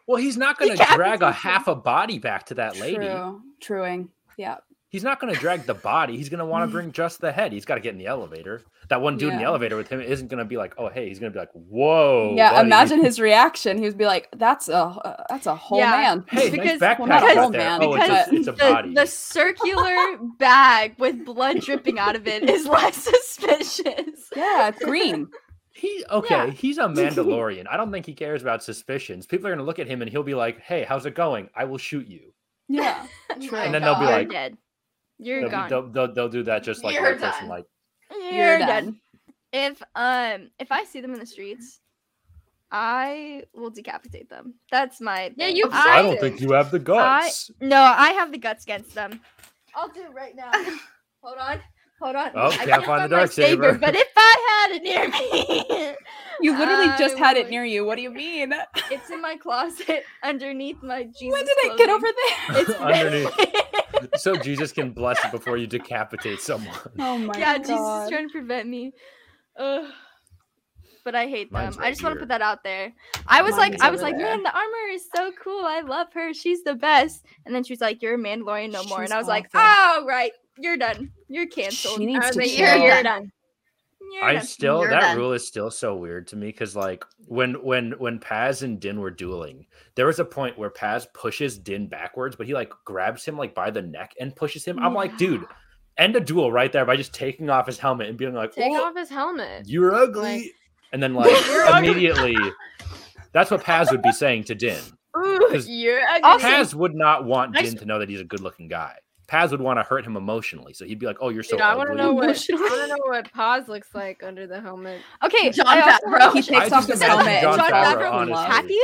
S2: Well, he's not going to drag a half a body back to that lady.
S3: True, truing. Yeah,
S2: He's not going to drag the body. He's going to want to bring just the head. He's got to get in the elevator. That one dude in the
S3: Yeah.
S2: elevator with him isn't going to be like, "Oh, hey." He's going to be like, "Whoa."
S3: yeah.
S2: buddy."
S3: Imagine his reaction. He would be like, "That's a uh, that's a whole
S4: Yeah.
S3: man."
S2: Hey,
S4: because-
S2: nice backpack
S3: well, not
S2: right
S3: all
S2: there.
S3: man,
S2: oh, it's
S4: because
S2: a, it's a
S4: the,
S2: body.
S4: the circular bag with blood dripping out of it is less suspicious.
S3: yeah, it's green.
S2: He okay, he's a Mandalorian. I don't think he cares about suspicions. People are gonna look at him and he'll be like, Hey, how's it going? I will shoot you.
S3: Yeah,
S1: And
S3: true.
S2: And then they'll be
S4: You're
S2: like,
S4: dead. You're
S2: They'll,
S4: gone.
S2: be- they'll, they'll- they'll do that just like
S1: You're
S2: one person,
S1: done.
S2: like
S4: You're,
S3: you're
S4: dead.
S3: done.
S4: If um if I see them in the streets, I will decapitate them. That's my
S5: Yeah,
S4: thing.
S5: you
S2: I,
S5: I-
S2: don't think you have the guts.
S4: No, I have the guts against them. I'll do it right now. Hold on. Hold on.
S2: Oh, can't find the
S4: my
S2: dark saber.
S4: But if I had it near me,
S3: You literally just
S4: I
S3: had it
S4: would-
S3: near you. What do you mean? When
S4: It's in my closet underneath my Jesus.
S3: did it get
S4: clothing.
S3: over there?
S4: It's
S2: Underneath. so Jesus can bless it before you decapitate someone.
S3: Oh my
S4: yeah,
S3: god.
S4: Jesus is trying to prevent me. Ugh. But I hate
S2: Mine's
S4: them. I
S2: right
S4: just want to
S2: here.
S4: put that out there. I was like,
S3: Mine's
S4: I was
S3: over
S4: like,
S3: there.
S4: man, the armor is so cool. I love her. She's the best. And then she's like, you're a Mandalorian no more.
S3: She's
S4: and I was like, oh
S3: awful.
S4: right, you're done. You're canceled.
S3: She needs
S5: Uh,
S3: to
S5: but
S3: chill.
S5: you're, you're done.
S4: You're
S2: I
S4: done."
S2: still
S1: You're
S2: that
S1: done.
S2: rule is still so weird to me because like when when when Paz and Din were dueling, there was a point where Paz pushes Din backwards, but he like grabs him like by the neck and pushes him. I'm like,
S4: Yeah.
S2: dude, end a duel right there by just taking off his helmet and being like,
S5: Take
S2: "Oh,
S5: off his helmet.
S2: you're ugly, and then like
S4: You're ugly.
S2: immediately. That's what Paz would be saying to Din.
S5: Ooh,
S2: 'Cause Oh,
S5: you're
S4: Also-
S5: ugly.
S2: Paz would not want
S5: I
S2: Din to know that he's a good-looking guy. Paz would want to hurt him emotionally, so he'd be like, "Oh, you're so
S5: Dude, I want
S2: ugly."
S5: to know what I
S3: Emotionally.
S5: want to know what Paz looks like under the helmet.
S4: Okay,
S1: John
S4: I also-
S1: Favreau.
S3: He
S2: I
S3: takes off
S2: just
S3: his
S2: imagine
S3: helmet.
S2: John
S3: and
S4: John
S2: Favreau,
S3: falls in
S4: Favreau,
S2: honestly.
S3: love.
S4: happy,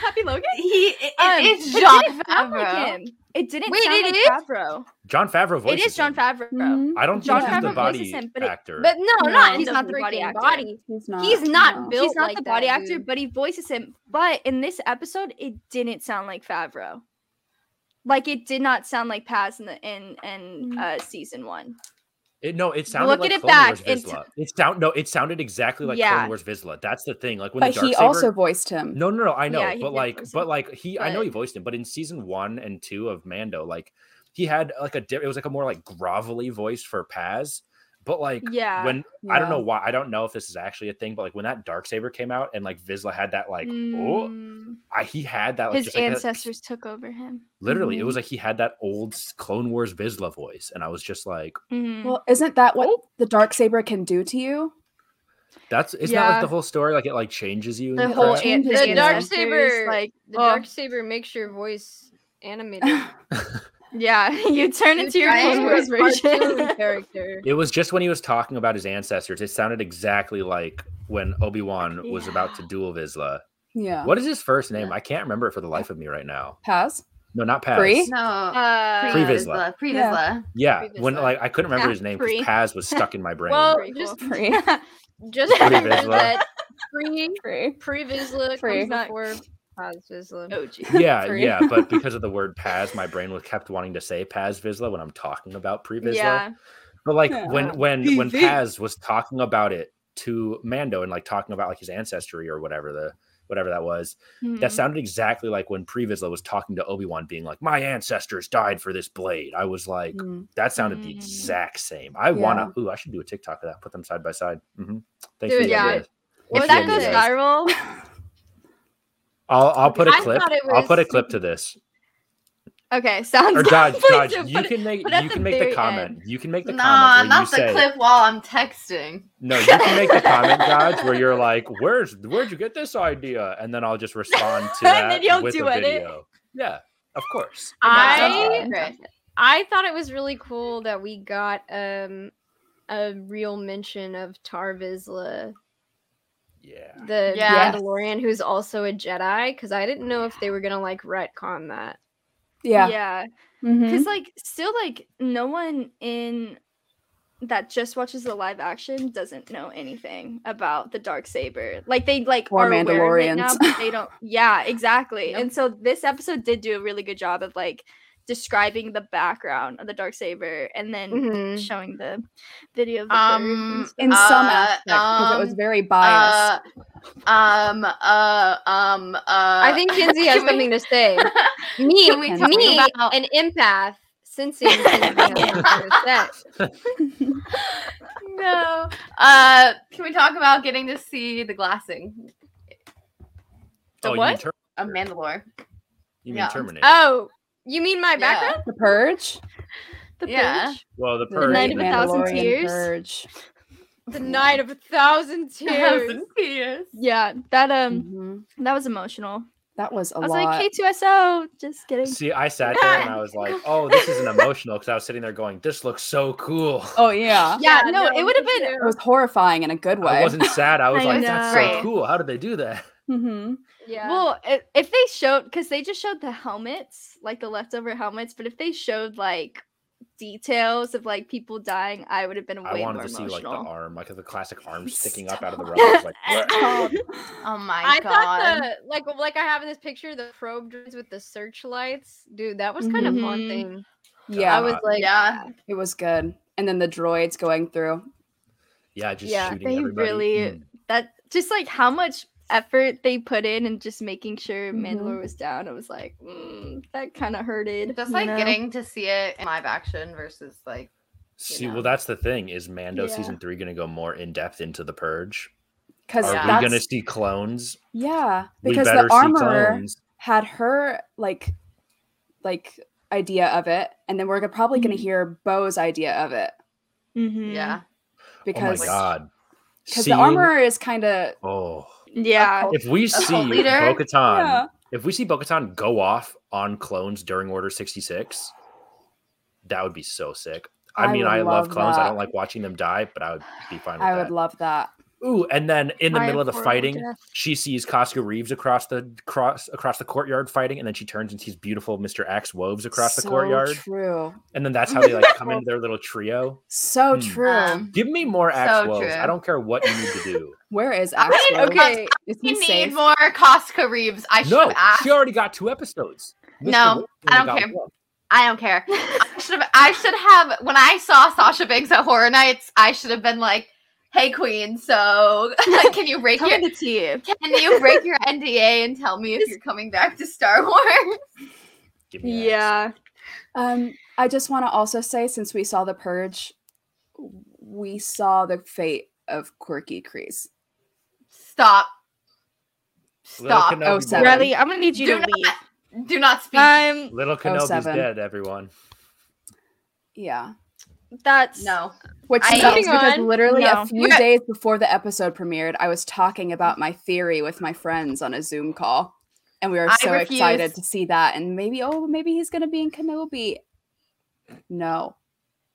S4: happy Logan.
S1: He it,
S4: Um,
S1: it's
S4: it
S1: John
S4: didn't sound like
S1: Favreau.
S4: him. It didn't
S1: Wait,
S4: sound
S1: it
S4: like
S1: is?
S4: Favreau.
S2: John Favreau
S4: It
S2: voices.
S4: is John
S2: him.
S4: Favreau.
S3: Mhm.
S2: I don't
S4: John
S2: think he's the
S4: Favreau voices
S2: body
S4: him, but it-
S2: actor.
S5: But no,
S3: No,
S5: not in
S4: he's
S5: the
S4: not the body
S5: freaking
S4: actor.
S5: body.
S3: Hmm? He's not.
S5: He's not
S3: no.
S5: built
S4: He's not
S5: like
S4: the
S5: that,
S4: body actor,
S5: dude.
S4: but he voices him. But in this episode, it didn't sound like Favreau. Like it did not sound like Paz in the in in uh, season one.
S2: It, no, it sounded
S4: Look
S2: like
S4: at it
S2: Clone
S4: back,
S2: Wars
S4: it-
S2: Vizsla. It sound no, it sounded exactly like
S4: Yeah.
S2: Clone Wars Vizsla. That's the thing. Like when
S3: But
S2: the Dark
S3: he
S2: Saber,
S3: also voiced him.
S2: No, no, no. I know,
S4: Yeah, he
S2: but
S4: did
S2: like,
S4: voice
S2: but
S4: him,
S2: like he, I know
S4: but-
S2: he voiced him, but in season one and two of Mando, like he had like a di- it was like a more like grovelly voice for Paz, but like
S4: Yeah.
S2: when I don't
S3: Yeah.
S2: know why I don't know if this is actually a thing, but like when that dark saber came out and like Vizsla had that like oh
S4: Mm.
S2: I, he had that like,
S4: his
S2: just, like, that-
S4: ancestors took over him.
S2: literally
S4: Mm-hmm.
S2: it was like he had that old Clone Wars Vizsla voice, and I was just like
S4: Mhm.
S3: Well, isn't that what the dark saber can do to you?
S2: that's it's not
S4: Yeah.
S2: like the whole story like it like changes you
S4: the
S2: and
S4: whole
S2: crap.
S4: an-
S3: Changes
S4: the
S3: his
S4: dark
S5: ancestors,
S4: saber, like
S5: The
S4: oh,
S5: dark saber makes your voice animated.
S4: yeah, you turn
S5: You
S4: into your
S5: turn
S4: Clone
S5: into a
S4: Wars version.
S5: cartoon character.
S2: It was just when he was talking about his ancestors. It sounded exactly like when Obi Wan was about to duel Vizsla.
S3: Yeah.
S2: What is his first name? I can't remember it for the life of me right now.
S3: Pass.
S2: No, not Paz.
S3: Free?
S1: No.
S4: uh,
S2: Free
S1: Pre
S2: Vizsla.
S1: Pre
S3: Yeah.
S1: Vizsla.
S2: Yeah,
S5: Free
S2: when
S5: Vizsla.
S2: like I couldn't remember
S4: Yeah,
S2: his name because
S4: Free.
S2: Paz was stuck in my brain.
S5: Well,
S4: Pretty
S5: just
S3: Free.
S5: just
S2: Pretty
S5: remember
S2: Vizsla.
S5: that pre
S3: Free.
S5: pre Vizsla
S3: Pre.
S5: comes before Paz Vizsla.
S4: oh, geez.
S2: yeah,
S3: Free.
S2: yeah, but because of the word Paz, my brain was kept wanting to say Paz Vizsla when I'm talking about pre Vizsla.
S4: yeah,
S2: But like
S3: Yeah.
S2: when when
S4: The
S2: when
S4: thing-
S2: Paz was talking about it to Mando and like talking about like his ancestry or whatever the whatever that was, that sounded exactly like when Previsla was talking to Obi Wan, being like, "My ancestors died for this blade." I was like,
S3: Mm.
S2: that sounded the
S4: Mm.
S2: exact same. I wanna. Ooh, I should do a TikTok of that. Put them side by side. Mm-hmm. Thanks
S5: Do
S2: for
S5: it,
S2: the
S5: yeah.
S2: ideas.
S5: If
S2: Thanks for
S5: that
S2: the
S5: goes
S4: Hmm.
S2: ideas.
S5: viral,
S2: I'll I'll put a
S5: I
S2: clip.
S5: thought it
S2: I'll put a
S5: was-
S2: clip to this.
S4: Okay, sounds
S2: Or
S4: good.
S2: Dodge,
S4: Please
S2: Dodge,
S4: do,
S2: you
S4: but-
S2: can make
S5: but at
S2: you
S5: the
S2: can make the
S5: very
S2: comment.
S5: end.
S2: You can make the
S1: Nah,
S2: comment where you
S1: not the
S2: say
S1: clip while I'm texting.
S2: no. You can make the comment, Dodge, where you're like, "Where's where'd you get this idea?" And then I'll just respond to that
S4: And then you'll
S2: with
S4: do
S2: a
S4: edit.
S2: video. Yeah, of course.
S5: I
S1: Great.
S5: I thought it was really cool that we got um a real mention of Tar Vizsla,
S2: Yeah.
S5: the
S1: Yes.
S5: Mandalorian, who's also a Jedi, because I didn't know if they were gonna like retcon that.
S3: Yeah.
S4: yeah.
S3: Mhm.
S4: Because like still like no one in that just watches the live action doesn't know anything about the dark saber. Like they like
S3: Or
S4: are aware of it now,
S3: Mandalorians.
S4: but they don't. Yeah, exactly.
S5: Yep.
S4: And so this episode did do a really good job of like describing the background of the dark saber and then
S3: Mm-hmm.
S5: Mhm.
S4: showing the video of the
S1: Um,
S4: um,
S3: in some
S1: Uh,
S3: aspects because it was
S1: um,
S3: very
S1: Uh,
S3: biased.
S1: um. Uh. Um. Uh.
S5: I think Kinsey has
S1: can we-
S5: something to say. Me,
S1: Can we
S3: talk
S5: me,
S1: about-
S5: an empath, sensing something has something to say.
S1: no. Uh. Can we talk about getting to see the glassing? The
S2: Oh, you mean,
S1: what?
S2: ter-
S1: A Mandalore.
S2: you mean
S1: Yeah.
S2: Terminator?
S5: Oh, you mean my
S1: Yeah.
S5: background?
S3: the Purge,
S4: the
S1: yeah.
S4: purge.
S2: Well, the
S3: The
S2: purge.
S4: Night of a
S2: and-
S4: Thousand
S3: Mandalorian
S4: Tears.
S3: Purge.
S5: The night of a thousand tears.
S1: Thousand tears.
S4: Yeah, that um,
S3: Mhm.
S4: that was emotional.
S3: That was a
S4: I was
S3: lot.
S4: like K2SO. Just kidding.
S2: See, I sat there and I was like, "Oh, this isn't emotional," because I was sitting there going, "This looks so cool."
S3: oh yeah,
S4: Yeah, no, it would have
S5: me
S4: been
S5: too.
S3: it was horrifying in a good way.
S2: I wasn't sad. I was
S4: I
S2: like, "That's so
S1: know.
S2: cool. How did they do that?"
S3: Mhm.
S5: Yeah.
S4: Well, i- if they showed, because they just showed the helmets, like the leftover helmets, but if they showed like details of like people dying, I would have been
S2: I
S4: way
S2: wanted
S4: more
S2: to see like the
S4: emotional.
S2: arm, like the classic arm sticking up out of the
S3: Stop.
S2: rock. I was like, "Bleh."
S1: Oh my
S5: I thought
S1: god.
S5: the like like I have in this picture the probe droids with the searchlights, dude. That was kind
S4: Mhm.
S5: of haunting.
S3: Yeah,
S5: I was like,
S1: yeah.
S3: it was good. And then the droids going through.
S2: yeah, just
S5: Yeah,
S2: shooting
S4: they
S2: everybody.
S4: really-
S2: Mm.
S4: That just like how much effort they put in and just making sure
S2: Mm-hmm.
S3: Mhm.
S4: Mandalore was down. I was like, mm, that kind of hurted.
S1: Just
S4: you
S1: like
S4: know?
S1: getting to see it in live action versus like
S2: See,
S1: know.
S2: well, that's the thing is Mando
S4: Yeah.
S2: season three going to go more in depth into the purge?
S3: Because
S2: Are
S1: Yeah.
S2: we
S3: that's
S2: going to see clones?
S3: yeah.
S2: We
S3: Because
S2: better
S3: the
S2: see
S3: armorer
S2: clones. Oh
S3: had her like like idea of it, and then we're go- probably going to hear Bo's idea of it
S4: Mhm.
S1: yeah.
S3: because
S2: oh my god,
S3: because
S2: Seeing-
S3: the armorer is kind of
S2: Oh,
S4: Yeah.
S2: if we see
S1: cult leader?
S2: Bo-Katan,
S3: yeah.
S2: if we see bo go off on clones during Order 66, that would be so sick. I,
S3: I
S2: mean,
S3: would
S2: I love
S3: love
S2: clones. I
S3: that.
S2: don't like watching them die, but I would be fine with
S3: I
S2: that.
S3: would love that.
S2: Ooh, and then in the
S4: Fire
S2: middle of the
S4: portal
S2: fighting,
S4: death.
S2: she sees Costco Reeves across the cross across the courtyard fighting, and then she turns and sees beautiful Mr. Axe Woves across the
S3: So
S2: courtyard.
S3: True.
S2: And then that's how they like come into their little trio.
S3: So
S2: Hmm.
S3: true.
S1: Um,
S2: Give me more Axe
S1: So
S2: Woves. I
S1: true.
S2: don't care what you need to do.
S3: Where is
S1: I-
S3: Axe? Rose?
S5: okay,
S3: Is he
S1: We need
S3: safe?
S1: more Costco Reeves. I should
S2: no,
S1: have asked.
S2: she already got two episodes. Mr.
S1: No,
S2: Wolf
S1: I don't
S2: only got
S1: care.
S2: one.
S1: I don't care. I should have. I should have. When I saw Sasha Banks at Horror Nights, I should have been like, "Hey, Queen. So can you break your
S4: Coming to you.
S1: can you break your NDA and tell me if you're coming back to Star Wars?"
S2: Give me Axe.
S4: Yeah.
S3: Um, I just want to also say, since we saw the purge, we saw the fate of Quirky Crease.
S1: Stop.
S2: Little
S1: Stop. Oh,
S2: Kenobi
S3: seven.
S2: boy.
S4: Riley, I'm gonna need you
S1: Do
S4: to
S1: not
S4: leave.
S1: Do not speak.
S4: Um,
S2: Little Kenobi's
S3: seven.
S2: dead, everyone.
S3: Yeah,
S4: that's
S1: no.
S3: which
S1: I-
S3: sucks
S5: Moving
S3: because
S5: on.
S3: literally
S4: No.
S3: a few days before the episode premiered, I was talking about my theory with my friends on a Zoom call, and we were
S1: I
S3: so
S1: refuse.
S3: excited to see that. And maybe, oh, maybe he's gonna be in Kenobi. No,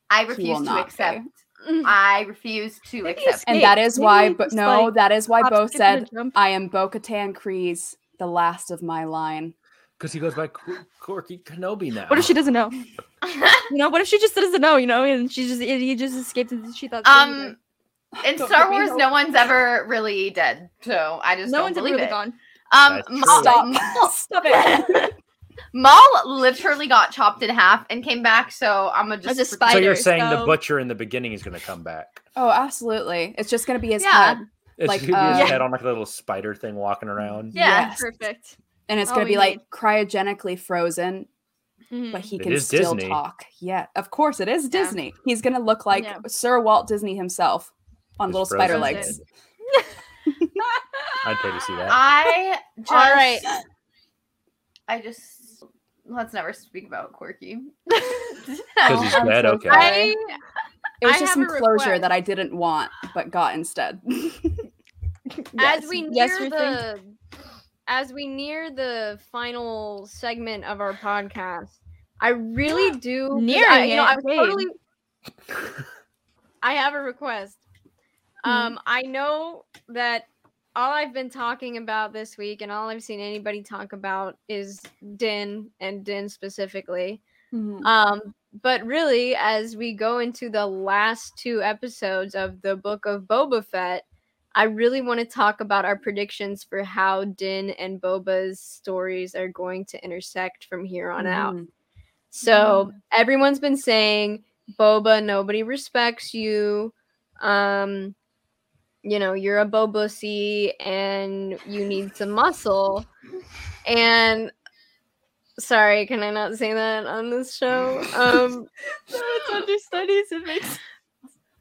S1: I
S3: will
S1: refuse to
S3: not
S1: accept.
S5: Mm.
S1: I refuse to
S4: Maybe
S1: accept.
S3: and
S4: Hey,
S3: that is
S4: maybe
S3: why.
S4: he
S3: But
S4: just,
S3: no,
S4: like,
S3: that is why
S4: Hop,
S3: Bo
S4: skip, and a
S3: said,
S4: jump.
S3: "I am Bo Katan Kreese, the last of my line."
S2: Because he goes by Qu- Corky Kenobi now.
S4: What if she doesn't know? You know, what if she just doesn't know? You know, and she just he just escaped and she thought.
S1: um. In
S4: Don't
S1: Star
S4: put me in
S1: Wars, no one's ever really dead, so I just
S4: no
S1: don't
S4: one's ever
S1: believe
S4: really
S1: it.
S4: gone.
S1: Um,
S2: That's
S1: Maul,
S2: true.
S3: Stop!
S1: Maul,
S3: Stop it!
S1: Maul literally got chopped in half and came back, so I'm gonna just
S4: a
S1: pretend-
S2: so you're
S4: Spiders,
S2: saying the
S4: though.
S2: butcher in the beginning is going to come back?
S3: Oh, absolutely. It's just gonna be his
S1: Yeah.
S3: head,
S2: It's
S3: Like,
S2: like, his
S3: uh,
S2: head on like a little spider thing walking around.
S1: Yeah.
S3: Yes.
S4: Perfect.
S3: and it's
S4: All
S3: gonna
S4: we
S3: be like cryogenically frozen,
S5: Mm-hmm.
S4: Mhm.
S3: but he
S2: It
S3: can
S2: is
S3: still
S2: Disney.
S3: talk. Yeah, of course it is
S1: Yeah.
S3: Disney. He's gonna look like
S4: Yeah.
S3: Sir Walt Disney himself on
S2: His
S3: little
S2: frozen
S3: spider
S2: head.
S3: legs.
S2: I'd pay to see that.
S1: I just,
S5: All right.
S1: I just let's never speak about quirky.
S2: Because he's
S3: Oh, I'm
S2: dead.
S3: so
S2: okay.
S3: sorry.
S5: I
S3: It was
S5: I
S3: just
S5: have
S3: some
S5: a
S3: closure
S5: request.
S3: that I didn't want, but got instead.
S4: Yes.
S5: as we near
S4: Yes, Ruthie?
S5: the as we near the final segment of our podcast, I really do 'cause I,
S4: Nearing
S5: you know, I
S4: it,
S5: was
S4: babe.
S5: totally I have a request.
S4: Mhm.
S5: Um, I know that all I've been talking about this week and all I've seen anybody talk about is Din and Din specifically.
S3: Mhm.
S5: Um, but really, as we go into the last two episodes of the Book of Boba Fett, I really want to talk about our predictions for how Din and Boba's stories are going to intersect from here on out.
S3: Mhm.
S5: So everyone's been saying, Boba, nobody respects you. Um, you know, you're a Bobussy and you need some muscle. And sorry, can I not say that on this show? Um,
S4: No, it's understudies. It makes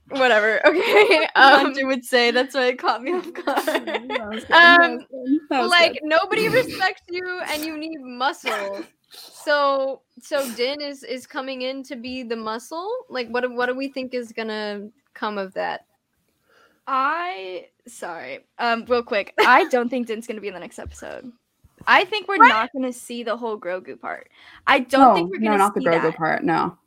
S5: whatever. Okay. Um,
S4: Hunter would say that's why it caught me off guard.
S5: um,
S3: That was
S5: like
S3: good.
S5: nobody respects you and you need muscle so so din is is coming in to be the muscle like what do- what do we think is gonna come of that
S4: I sorry. Um, real quick, I don't think Din's gonna be in the next episode. I think we're not gonna see the whole Grogu part. I don't think
S3: No,
S4: we're
S3: Oh, no,
S4: gonna
S3: not the
S4: see
S3: Grogu
S4: that.
S3: part. No.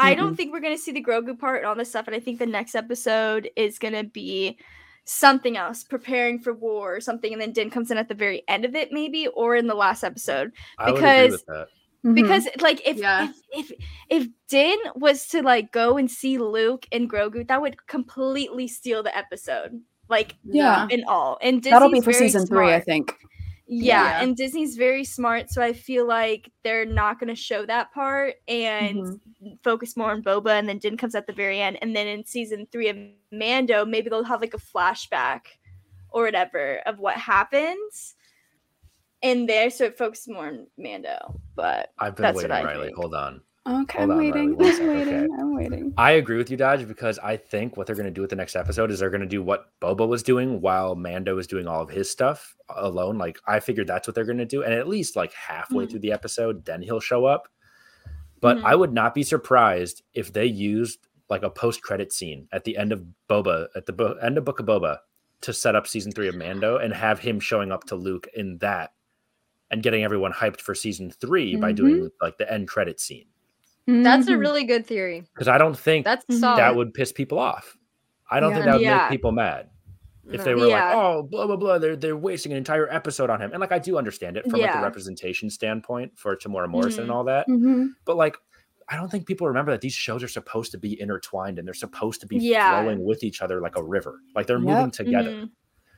S4: I don't think we're gonna see the Grogu part and all this stuff. And I think the next episode is gonna be something else, preparing for war or something, and then Din comes in at the very end of it, maybe, or in the last episode.
S3: Mm-hmm.
S2: I would agree
S4: because-
S2: with that.
S3: Mhm.
S4: Because like if,
S1: Yeah.
S4: if if if Din was to like go and see Luke and Grogu, that would completely steal the episode. Like
S3: yeah.
S4: and all. And Disney's
S3: That'll be for
S4: very
S3: season three, I
S4: smart.
S3: think.
S4: Yeah,
S1: Yeah.
S4: and Disney's very smart, so I feel like they're not going to show that part and focus more on Boba, and then Din comes at the very end, and then in season three of Mando, maybe they'll have like a flashback or whatever of what happens in there, so it focuses more on Mando. But
S2: I've been
S4: That's what
S2: waiting,
S4: I
S2: Riley.
S4: think.
S2: Hold on.
S3: Okay, I'm
S2: Hold on,
S3: waiting.
S2: Riley, one
S3: I'm
S2: sec, okay.
S3: waiting. I'm waiting.
S2: I agree with you, Dodge, because I think what they're going to do with the next episode is they're going to do what Boba was doing while Mando was doing all of his stuff alone. Like, I figured that's what they're going to do. And at least like halfway
S4: Mhm.
S2: through the episode, then he'll show up. But
S4: Mhm.
S2: I would not be surprised if they used like a post credit scene at the end of Boba, at the bo- end of Book of Boba, to set up season three of Mando and have him showing up to Luke in that and getting everyone hyped for season 3 by
S3: Mhm.
S2: doing like the end credit scene.
S5: that's a
S3: Mhm.
S5: really good theory
S2: Because I don't think
S5: that's
S4: Mhm.
S5: solid
S2: that would piss people off. I don't think
S5: Yeah.
S2: that would
S4: Yeah. Mm-hmm.
S2: make people mad if they
S5: No.
S2: were
S4: Yeah.
S2: like, "Oh, blah blah blah," they're they're wasting an entire episode on him. And like, I do understand it from like
S4: Yeah. Mm-hmm.
S2: the representation standpoint for Tamora Morrison and all that,
S3: Mhm.
S2: but like. I don't think people remember that these shows are supposed to be intertwined and they're supposed to be
S4: Yeah.
S2: flowing with each other like a river. Like they're
S3: Yep.
S2: moving together.
S4: Mhm.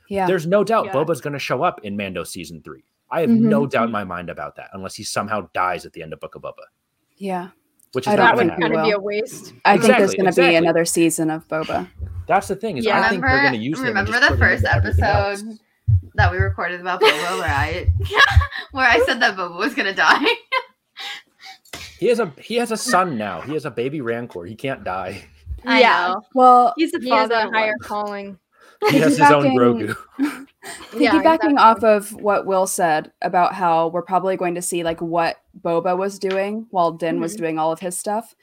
S3: Yeah.
S2: There's no doubt
S4: Yeah. Mm-hmm.
S2: Boba's going to show up in Mando season three. I have no doubt in my mind about that, unless he somehow dies at the end of Book of Boba,
S3: yeah.
S2: which
S3: I
S2: is
S3: don't
S2: not
S5: that
S2: going
S5: would
S2: to
S3: think we
S5: kind
S2: happen.
S5: of be
S3: will.
S5: a waste
S3: I think there's
S2: Exactly,
S3: going to be
S2: exactly.
S3: another season of Boba.
S2: That's the thing is,
S4: Yeah.
S2: I think they're going to use him. and
S1: remember
S2: just
S1: the
S2: put him
S1: first
S2: into everything else.
S1: episode that we recorded about Boba where I where I said that Boba was gonna die.
S2: He has a he has a son now. He has a baby Rancor. He can't die.
S5: I
S4: Yeah.
S5: know.
S3: Well,
S4: He's the
S5: he has
S4: father.
S5: a
S4: of
S5: higher
S4: one.
S5: calling
S2: He has his own
S3: Piggybacking-
S2: Grogu.
S3: piggybacking
S5: Yeah,
S3: off of what Will said about how we're probably going to see like what Boba was doing while Din was
S5: Mm-hmm.
S3: doing all of his stuff.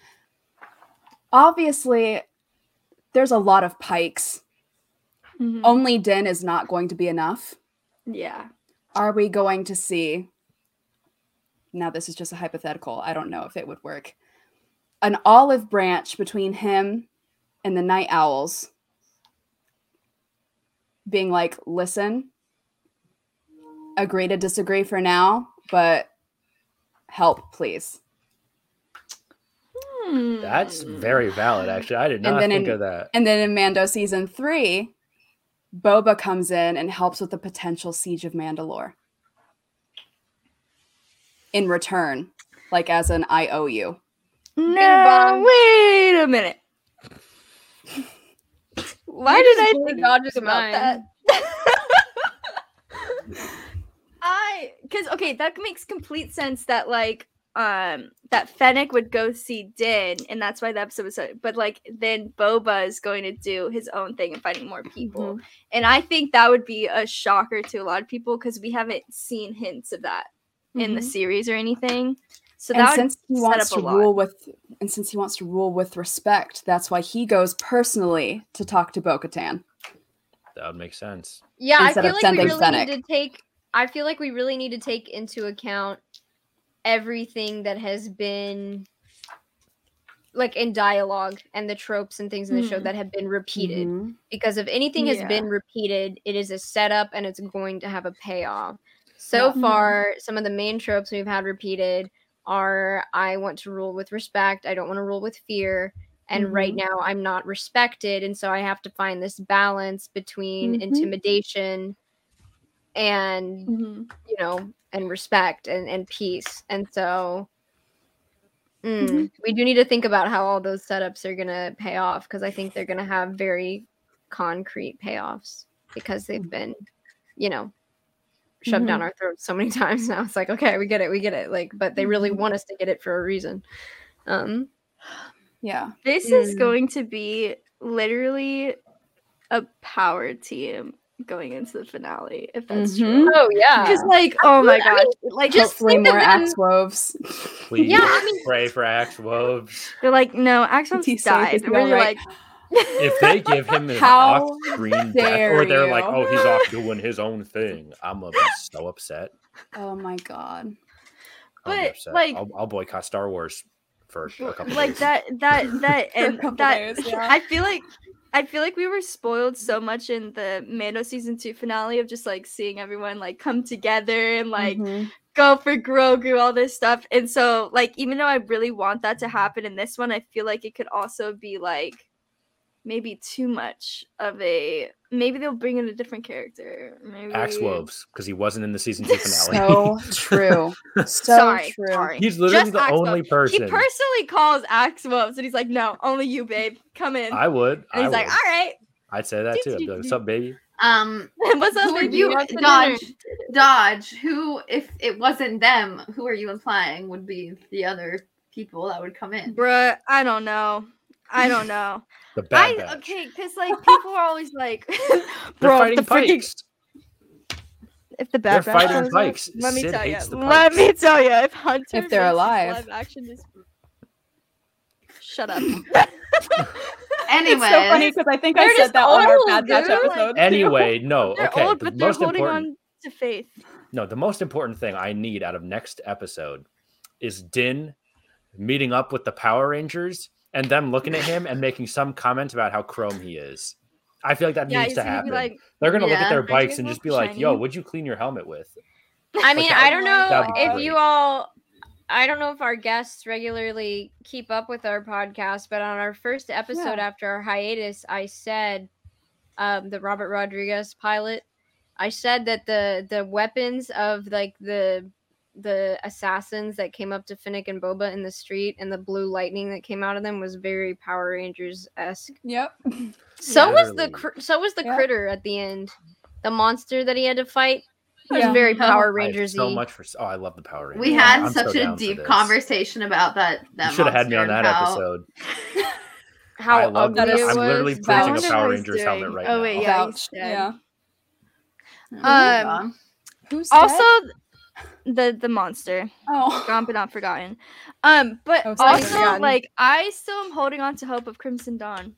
S3: Obviously, there's a lot of pikes.
S5: Mm-hmm.
S4: Mhm.
S3: Only Din is not going to be enough.
S4: Yeah.
S3: Are we going to see? Now, this is just a hypothetical. I don't know if it would work. An olive branch between him and the night owls, being like, listen, agree to disagree for now, but help, please.
S2: That's very valid, actually. I did
S3: And
S2: not
S3: then
S2: think
S3: in-
S2: of that.
S3: And then in Mando season three, Boba comes in and helps with the potential siege of Mandalore. in return, like as an I owe you.
S4: No, wait a minute. Why
S5: You
S4: did
S5: just
S4: I
S5: blew
S4: think
S5: Dodge's
S4: about
S5: mind.
S4: that? I because okay, that makes complete sense that like um that Fennec would go see Din, and that's why the episode was so but like then Boba is going to do his own thing and finding more people. And I think that would be a shocker to a lot of people because we haven't seen hints of that in the series or anything. So
S3: and
S4: that would
S3: since he
S4: set
S3: wants
S4: up
S3: to
S4: a lot.
S3: rule with and since he wants to rule with respect, that's why he goes personally to talk to Bo Katan.
S2: That would make sense.
S5: Yeah, I
S3: instead
S5: feel
S3: of
S5: like we
S3: sending
S5: really
S3: Fennec.
S5: need to take. I feel like we really need to take into account everything that has been like in dialogue and the tropes and things in the show
S4: Mhm.
S5: that have been repeated. Because if anything has
S4: Yeah.
S5: been repeated, it is a setup and it's going to have a payoff. So
S4: Yeah. Mhm.
S5: far, some of the main tropes we've had repeated are I want to rule with respect, I don't want to rule with fear. And right
S4: Mm-hmm.
S5: now, I'm not respected. And so I have to find this balance between
S4: Mhm.
S5: intimidation and,
S4: Mhm.
S5: you know, and respect and, and peace. And so. mm,
S3: Mm-hmm.
S4: Mhm.
S5: we do need to think about how all those setups are going to pay off because I think they're going to have very concrete payoffs because they've been, you know, shoved
S3: Mm-hmm.
S5: down our throats so many times now. It's like, okay, we get it, we get it. Like, but they really
S3: Mm-hmm.
S5: want us to get it for a reason. Um,
S3: Yeah.
S4: This is
S5: Mm.
S4: going to be literally a power team going into the finale, if that's true.
S5: oh yeah,
S4: Just like, oh my
S5: I
S4: gosh,
S5: mean,
S4: like
S5: just
S3: Hopefully
S5: think of
S3: more
S5: them-
S3: axe woves.
S2: Please
S5: Yeah, I mean-
S2: pray for Axe Wolves.
S4: they're like, no, Axon's
S3: He's safe,
S4: died.
S3: he's
S4: And we're
S3: all right.
S4: like,
S2: If they give him an
S3: How
S2: off screen death,
S3: dare
S2: or they're like,
S3: you.
S2: oh, he's off doing his own thing, I'm going to be so upset.
S3: Oh my god.
S2: I'll be
S4: But,
S2: upset.
S4: like-
S2: I'll, I'll boycott Star Wars for a couple
S4: like
S2: days.
S4: that, that, that,
S3: For a
S4: and
S3: couple
S4: that.
S3: days, yeah.
S4: I feel like. I feel like we were spoiled so much in the Mando season two finale of just like seeing everyone like come together and like
S3: Mhm.
S4: go for Grogu, all this stuff. And so, like, even though I really want that to happen in this one, I feel like it could also be like maybe too much of a. Maybe they'll bring in a different character. Maybe
S2: Axe Wolves, because he wasn't in the season two finale.
S3: so true. So
S4: sorry,
S3: true.
S4: sorry.
S2: He's literally
S4: Just
S2: the
S4: Axe
S2: only
S4: Wolves.
S2: person.
S4: He personally calls Axe Wolves, and he's like, "No, only you, babe. Come in."
S2: I would. I
S4: and he's like,
S2: would.
S4: "All right,
S2: I'd say that too. I'd be like, "What's up, baby?"
S1: Um,
S4: what's up
S1: who are
S4: with
S1: you,
S4: you?" What's for
S1: Dodge?
S4: dinner?"
S1: Dodge, who, if it wasn't them, who are you implying would be the other people that would come in?
S4: Bruh, I don't know. I don't know.
S2: The bad
S4: I
S2: batch.
S4: okay, because like people are always like,
S2: They're
S4: "Bro,
S2: fighting
S4: the freaking
S2: pikes.
S4: If the
S2: They're
S4: bad Batch
S2: fighting
S4: shows up,
S2: pikes.
S4: let me
S2: Sid
S4: tell you.
S2: hates the
S4: Let
S2: pikes.
S4: me tell you, if Hunter
S3: If they're
S4: makes his
S3: alive.
S4: live action this- shut up.
S1: Anyway,
S3: It's so funny because I think
S4: They're
S3: I
S4: just
S3: said that on our
S4: old,
S3: Bad Batch
S4: dude.
S3: episode. too.
S2: Anyway, no.
S4: They're
S2: okay,
S4: old,
S2: the
S4: but they're
S2: most
S4: holding
S2: important.
S4: on to faith.
S2: No, the most important thing I need out of next episode is Din meeting up with the Power Rangers and them looking at him and making some comment about how chrome he is. I feel like that
S4: Yeah,
S2: needs
S4: he's
S2: to
S4: gonna be
S2: happen.
S4: like,
S2: They're gonna look at
S1: Yeah.
S2: their
S4: you
S2: bikes and
S4: guys
S2: just be
S4: look
S2: like, "Yo,
S4: shiny?"
S2: what'd you clean your helmet with?"
S5: I mean, I don't know
S2: That'd be
S5: if
S2: great.
S5: you all. I don't know if our guests regularly keep up with our podcast, but on our first episode
S3: Yeah.
S5: after our hiatus, I said um, the Robert Rodriguez pilot. I said that the the weapons of like the the assassins that came up to Finnick and Boba in the street and the blue lightning that came out of them was very Power Rangers esque.
S3: Yep.
S5: So was the
S2: Literally.
S5: cr- so was the
S3: Yeah.
S5: critter at the end, the monster that he had to fight. It was
S3: Yeah.
S5: very
S1: Oh.
S5: Power
S2: I have
S5: Rangers.
S2: so much for. Oh, I love the Power Rangers.
S1: we had
S2: I'm so
S1: such
S2: down
S1: a
S2: for
S1: deep
S2: this.
S1: conversation about that.
S2: You
S1: that
S2: should have had me on
S1: monster
S2: that
S1: and how-
S2: episode.
S5: How
S2: I love
S5: ugly
S2: that.
S5: it
S2: I'm
S5: was.
S2: literally
S3: I
S2: preaching
S3: wonder
S2: a
S4: what
S2: Power
S4: he's
S2: Rangers helmet
S4: doing.
S2: right
S4: Oh,
S2: now.
S4: wait, yeah, he's
S3: Vouch.
S4: dead.
S3: Yeah.
S1: Um,
S3: Who's
S4: Also,
S3: dead?
S4: the the monster
S3: Oh.
S4: gone but not forgotten. Um, but
S3: Oh, sorry,
S4: also
S5: forgotten.
S4: like I still am holding on to hope of Crimson Dawn.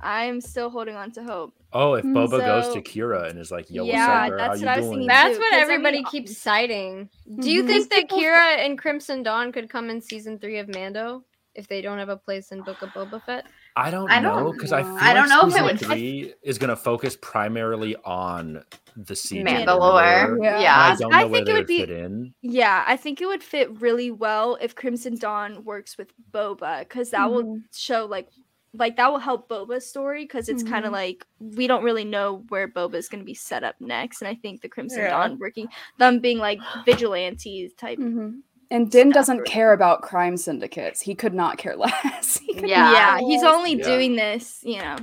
S4: I'm still holding on to hope.
S2: Oh, if
S3: Mm,
S2: Boba goes
S4: Hmm, so-
S2: to Kira and is like, "Yo, what's
S4: Yeah,
S2: up, girl?
S4: that's what
S2: How
S4: I
S2: you
S4: was
S2: doing?"
S4: thinking.
S5: That's
S4: too,
S5: what
S4: 'cause I mean,
S5: everybody
S4: uh,
S5: keeps citing. Do you
S3: Mhm.
S5: think that Kira and Crimson Dawn could come in season three of Mando if they don't have a place in Book of Boba Fett?
S2: I don't
S1: I don't
S2: know because I
S3: know.
S2: feel
S1: I don't
S2: like
S1: know if it
S2: season
S1: would fit-
S2: three is going to focus primarily on the siege of
S1: Mandalore.
S2: Mandalore.
S3: Yeah.
S2: I
S1: Yeah.
S2: don't know
S4: I
S2: where
S4: think
S2: they
S4: it would
S2: would
S4: be-
S2: fit in.
S4: Yeah, I think it would
S5: Mm-hmm.
S2: Mm-hmm.
S4: fit really well if Crimson Dawn works with Boba because that will show like like that will help Boba's story because it's kind
S3: Mhm.
S4: of like we don't really know where Boba's going to be set up next, and I think the Crimson
S1: Yeah.
S4: Dawn working them being like vigilantes type.
S3: Mm-hmm. And Din
S4: Staff
S3: doesn't
S4: or-
S3: care about crime syndicates. He could not care less. He could
S1: Yeah.
S4: yeah, he's only
S2: Yeah.
S4: doing this, you know,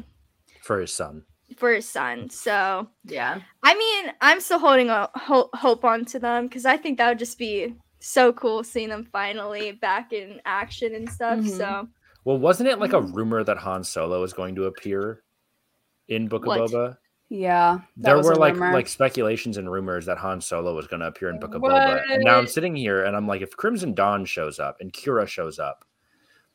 S2: for his son.
S4: for his son. So
S1: Yeah.
S4: I mean, I'm still holding a ho- hope onto them because I think that would just be so cool seeing them finally back in action and stuff.
S3: Mhm.
S4: So
S2: Well, wasn't it like a rumor that Han Solo is going to appear in Book of
S4: What?
S2: Boba?
S3: Yeah, that
S2: There
S3: was a
S2: were like
S3: rumor.
S2: like speculations and rumors that Han Solo was going to appear in Book of Boba, and now I'm
S1: What?
S2: sitting here and I'm like, if Crimson Dawn shows up and Kira shows up,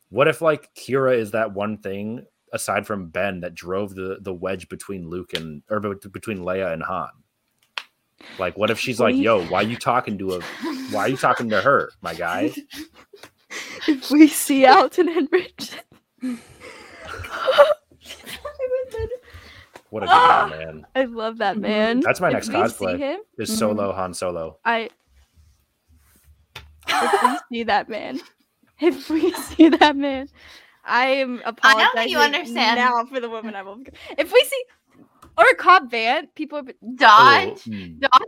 S2: what if like Kira is that one thing aside from Ben that drove the the wedge between Luke and or be- between Leia and Han? Like, what if she's
S4: What
S2: like,
S4: do you-
S2: "Yo, why you talking to a? Why you talking to her, my guy?"
S1: Mm-hmm.
S4: if we see Alton and Richard.
S2: What a good one, man!
S4: I love that
S1: Mm-hmm.
S3: Mhm.
S4: man.
S2: That's my
S4: If
S2: next
S4: we
S2: cosplay.
S4: See him,
S2: Is
S3: Mhm.
S2: Solo Han Solo?
S4: I if we see that man. If we see that man, I am
S1: I
S4: apologizing.
S1: don't think you understand.
S4: now for the woman I will. If we see or Cobb Van, people. Are,
S1: Dodge.
S2: Oh, mm.
S1: Dodge.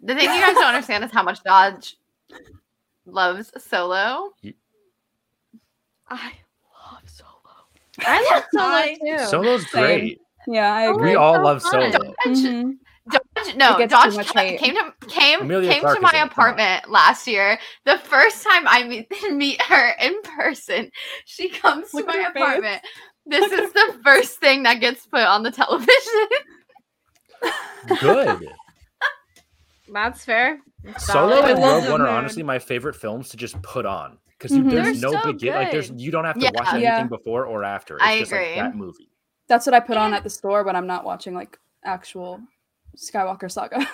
S1: The thing you guys don't understand is how much Dodge loves Solo.
S4: I love Solo.
S5: I love
S4: I-
S5: Solo too.
S2: Solo's
S3: Same.
S2: great.
S3: yeah, I agree.
S2: we all love
S5: fun.
S2: Solo.
S1: Dodge,
S3: Mhm.
S1: Dodge, no,
S3: It gets too
S1: Dodge
S3: much
S1: ca-
S3: hate.
S1: came to came
S2: Amelia
S1: came
S2: Clarke
S1: to
S2: is in it,
S1: my
S2: come on.
S1: apartment last year. The first time I meet meet her in person, she comes
S3: Look
S1: to
S3: at
S1: my
S3: her face.
S1: apartment. This is the first thing that gets put on the television.
S2: Good.
S1: That's fair.
S2: Solo
S1: I
S2: and
S4: love
S2: Rogue
S4: them,
S2: One are
S4: man. Mm-hmm.
S2: honestly my favorite films to just put on because
S3: Mhm.
S2: there's
S4: They're
S2: no
S4: so
S2: big deal. Like there's
S4: good.
S2: you don't have to
S1: Yeah.
S2: watch anything
S3: Yeah.
S2: before or after. It's
S1: I
S2: just
S1: agree.
S2: like that movie.
S3: That's what I put on at the store when I'm not watching like actual Skywalker Saga.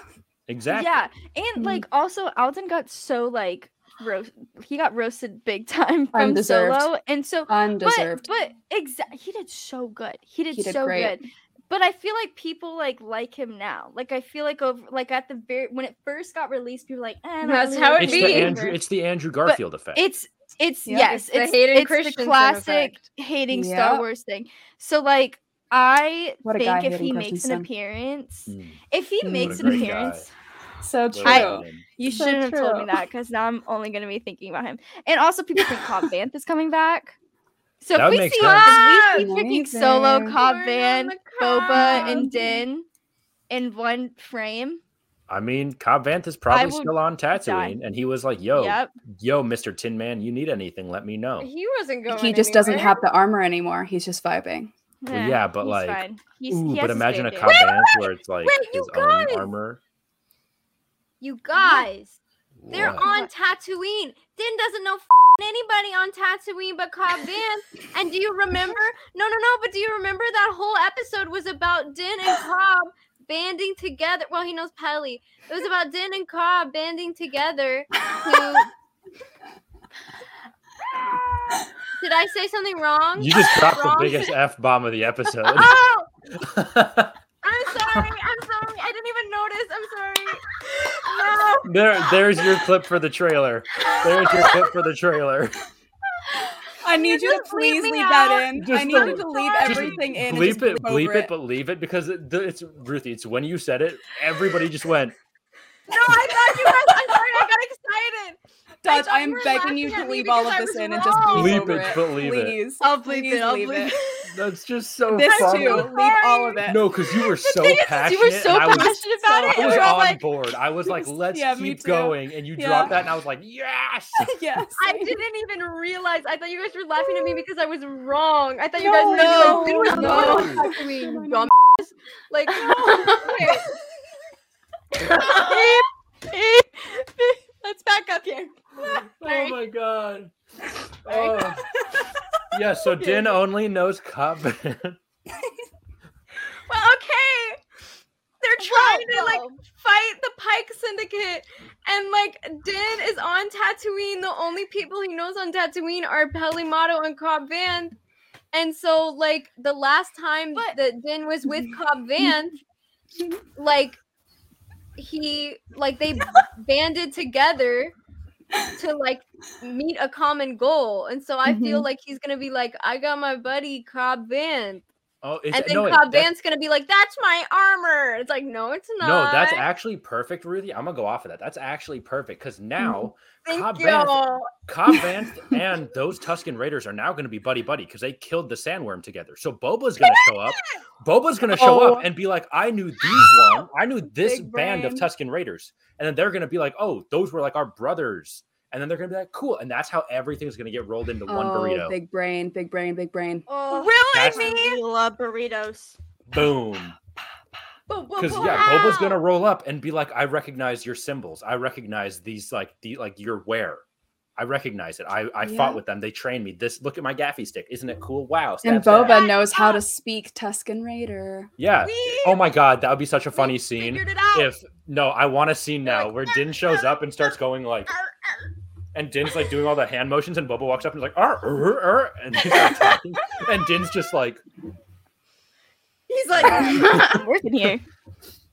S2: Exactly.
S4: Yeah, and
S3: Mhm.
S4: like also Alden got so like roast. He got roasted big time from
S3: Undeserved.
S4: Solo, and so
S3: Undeserved.
S4: But, but exactly, he did so good. He did,
S3: He did
S4: so
S3: great.
S4: good. But I feel like people like like him now. Like I feel like over like at the very when it first got released, people were like, eh, I don't
S5: That's
S4: really
S5: how
S4: like
S5: it
S2: It's
S5: be.
S2: the Andrew it's the Andrew Garfield effect.
S4: It's it's
S3: Yeah.
S4: yes,
S5: It's the
S4: it's
S5: Hayden
S4: it's the
S5: Christensen
S4: classic
S5: effect.
S4: hating
S3: Yep.
S4: Star Wars thing. So like I
S3: What a guy,
S4: think if he
S3: Hayden
S4: makes an
S3: Christensen.
S4: appearance,
S2: Mm.
S4: if he
S3: Mm.
S4: makes
S2: What
S4: an
S2: a great guy.
S4: appearance,
S3: so
S2: Well
S3: true.
S4: I-
S2: done.
S4: you
S3: So
S4: shouldn't have told me
S3: true.
S4: that because now I'm only gonna be thinking about him. And also, people think Cobb Vanth is coming back. So
S2: That would
S4: if we
S2: make
S4: see,
S2: sense.
S4: if we see freaking
S3: Amazing.
S4: solo Cobb
S1: Corn on
S4: Vanth,
S1: the
S4: Boba, and
S1: cob.
S4: Din in one frame.
S2: I mean, Cobb Vanth is probably
S4: would
S2: still on Tatooine, and he was like, "Yo,
S4: Yep.
S2: yo, Mister Tin Man, you need anything? Let me know."
S5: He wasn't going.
S3: he just doesn't
S5: anywhere.
S3: have the armor anymore. He's just vibing.
S2: Well,
S4: Eh,
S2: yeah, but
S4: he's
S2: like,
S4: fine. He's-
S2: ooh,
S4: he has
S2: but
S4: his
S2: imagine a
S4: fan
S2: Cobb
S4: base.
S2: Vanth where it's like
S5: wait, you
S2: his own
S5: guys!
S2: armor.
S5: You guys, they're
S2: What?
S5: on Tatooine. Din doesn't know f- anybody on Tatooine but Cobb Vanth. and do you remember? No, no, no. But do you remember that whole episode was about Din and Cobb banding together? Well, he knows Pelly. It was about Din and Cobb banding together to. Did I say something wrong?
S2: You just dropped the
S5: Wrong.
S2: biggest f bomb of the episode.
S5: Oh,
S4: Oh!
S5: I'm sorry. I'm sorry. I didn't even notice. I'm sorry. No.
S2: There, there's your clip for the trailer. There's your clip for the trailer.
S3: I need you to
S5: just
S3: please
S5: leave me
S3: leave that
S5: out.
S3: in. I
S2: Just
S3: need
S2: the-
S3: you to leave
S5: just
S3: everything in. and
S2: bleep
S3: just
S2: it, bleep
S3: over
S2: it, but leave it because it, the- it's Ruthie. It's when you said it, everybody just went.
S5: No, I thought you guys. I'm sorry. I got excited.
S3: Dodge,
S5: thought
S3: I
S5: you
S3: am
S5: were
S3: begging you
S5: laughing
S3: to
S5: at me
S3: leave all of
S5: because I
S3: this
S5: was
S3: in and just
S5: wrong.
S3: bleep
S2: Bleep
S3: over
S2: it,
S3: it.
S2: but leave it.
S3: please.
S4: I'll bleep
S3: Please
S4: it. I'll
S3: leave
S4: bleep
S3: it.
S4: it.
S2: That's just so
S3: This
S5: I'm
S2: funny.
S3: too.
S5: so
S3: Leave all of
S5: sorry.
S3: it.
S2: No, because you were so
S4: thing is, is
S2: passionate.
S4: you were so
S2: and I was,
S4: passionate about it.
S2: I
S4: and
S2: was
S4: we're all
S2: on
S4: like,
S2: board. I was like, let's
S3: Yeah, me
S2: keep
S3: too.
S2: going, and you
S3: Yeah.
S2: dropped that, and I was like, yes.
S3: yes.
S5: I didn't even realize. I thought you guys were laughing at me because I was wrong. I thought you
S3: No,
S5: guys were gonna
S3: no,
S5: be like, "Dude,
S2: no.
S5: what the fuck are
S3: No,
S5: you doing, you
S3: no.
S5: dumb ass?" Like, okay.
S4: Let's back up here.
S2: Oh my god. Oh. Yeah, so Din only knows Cobb.
S5: Well, okay. They're trying to like
S4: Whoa.
S5: fight the Pike Syndicate, and like Din is on Tatooine. The only people he knows on Tatooine are Pelimato and Cobb Vanth. And so, like the last time
S4: But-
S5: that Din was with Cobb Vanth, like he like they banded together to like meet a common goal. And so I feel like he's gonna be like, I got my buddy Cobb Vanth.
S2: Oh,
S5: And
S2: it's,
S5: then
S2: no, it-
S5: Cobb
S2: that's-
S5: Vanth's gonna be like, That's my armor. It's like, no, it's not.
S2: no, that's actually perfect, Ruthie. I'm gonna go off of that. That's actually perfect because
S5: Mm-hmm.
S2: now
S5: Thank
S2: Cobb
S5: you.
S2: Vanth- Cobb Vanth and those Tuscan Raiders are now going to be buddy buddy because they killed the sandworm together. So Boba's going to show up. Boba's going to show
S3: Oh.
S2: up and be like, "I knew these one. I knew this
S5: Big
S2: band of
S5: brain.
S2: Tuscan Raiders," and then they're going to be like, "Oh, those were like our brothers." And then they're going to be like, "Cool," and that's how everything's going to get rolled into one
S3: oh,
S2: burrito.
S3: big brain, big brain, big brain.
S4: Oh,
S5: Really
S2: That's-
S5: me?
S4: I love burritos.
S2: Boom.
S4: Boom, boom,
S2: Because
S4: boom.
S2: yeah, Boba's going to roll up and be like, "I recognize your symbols. I recognize these like the like your wear." I recognize it. I, I
S3: Yeah.
S2: fought with them. They trained me. This look at my gaffy stick. Isn't it cool? Wow.
S3: And
S2: stab, stab.
S3: Boba knows how to speak Tuscan Raider.
S2: Yeah.
S5: We
S2: Oh my god, that would be such a funny scene.
S5: figured it out.
S2: If no, I want a scene
S5: They're
S2: now
S5: like,
S2: where Din shows up and starts going like, and Din's like doing all the hand motions, and Bubba walks up and is like, "Arr, arr, arr," and he's like talking, and Din's just like,
S4: He's like, working here.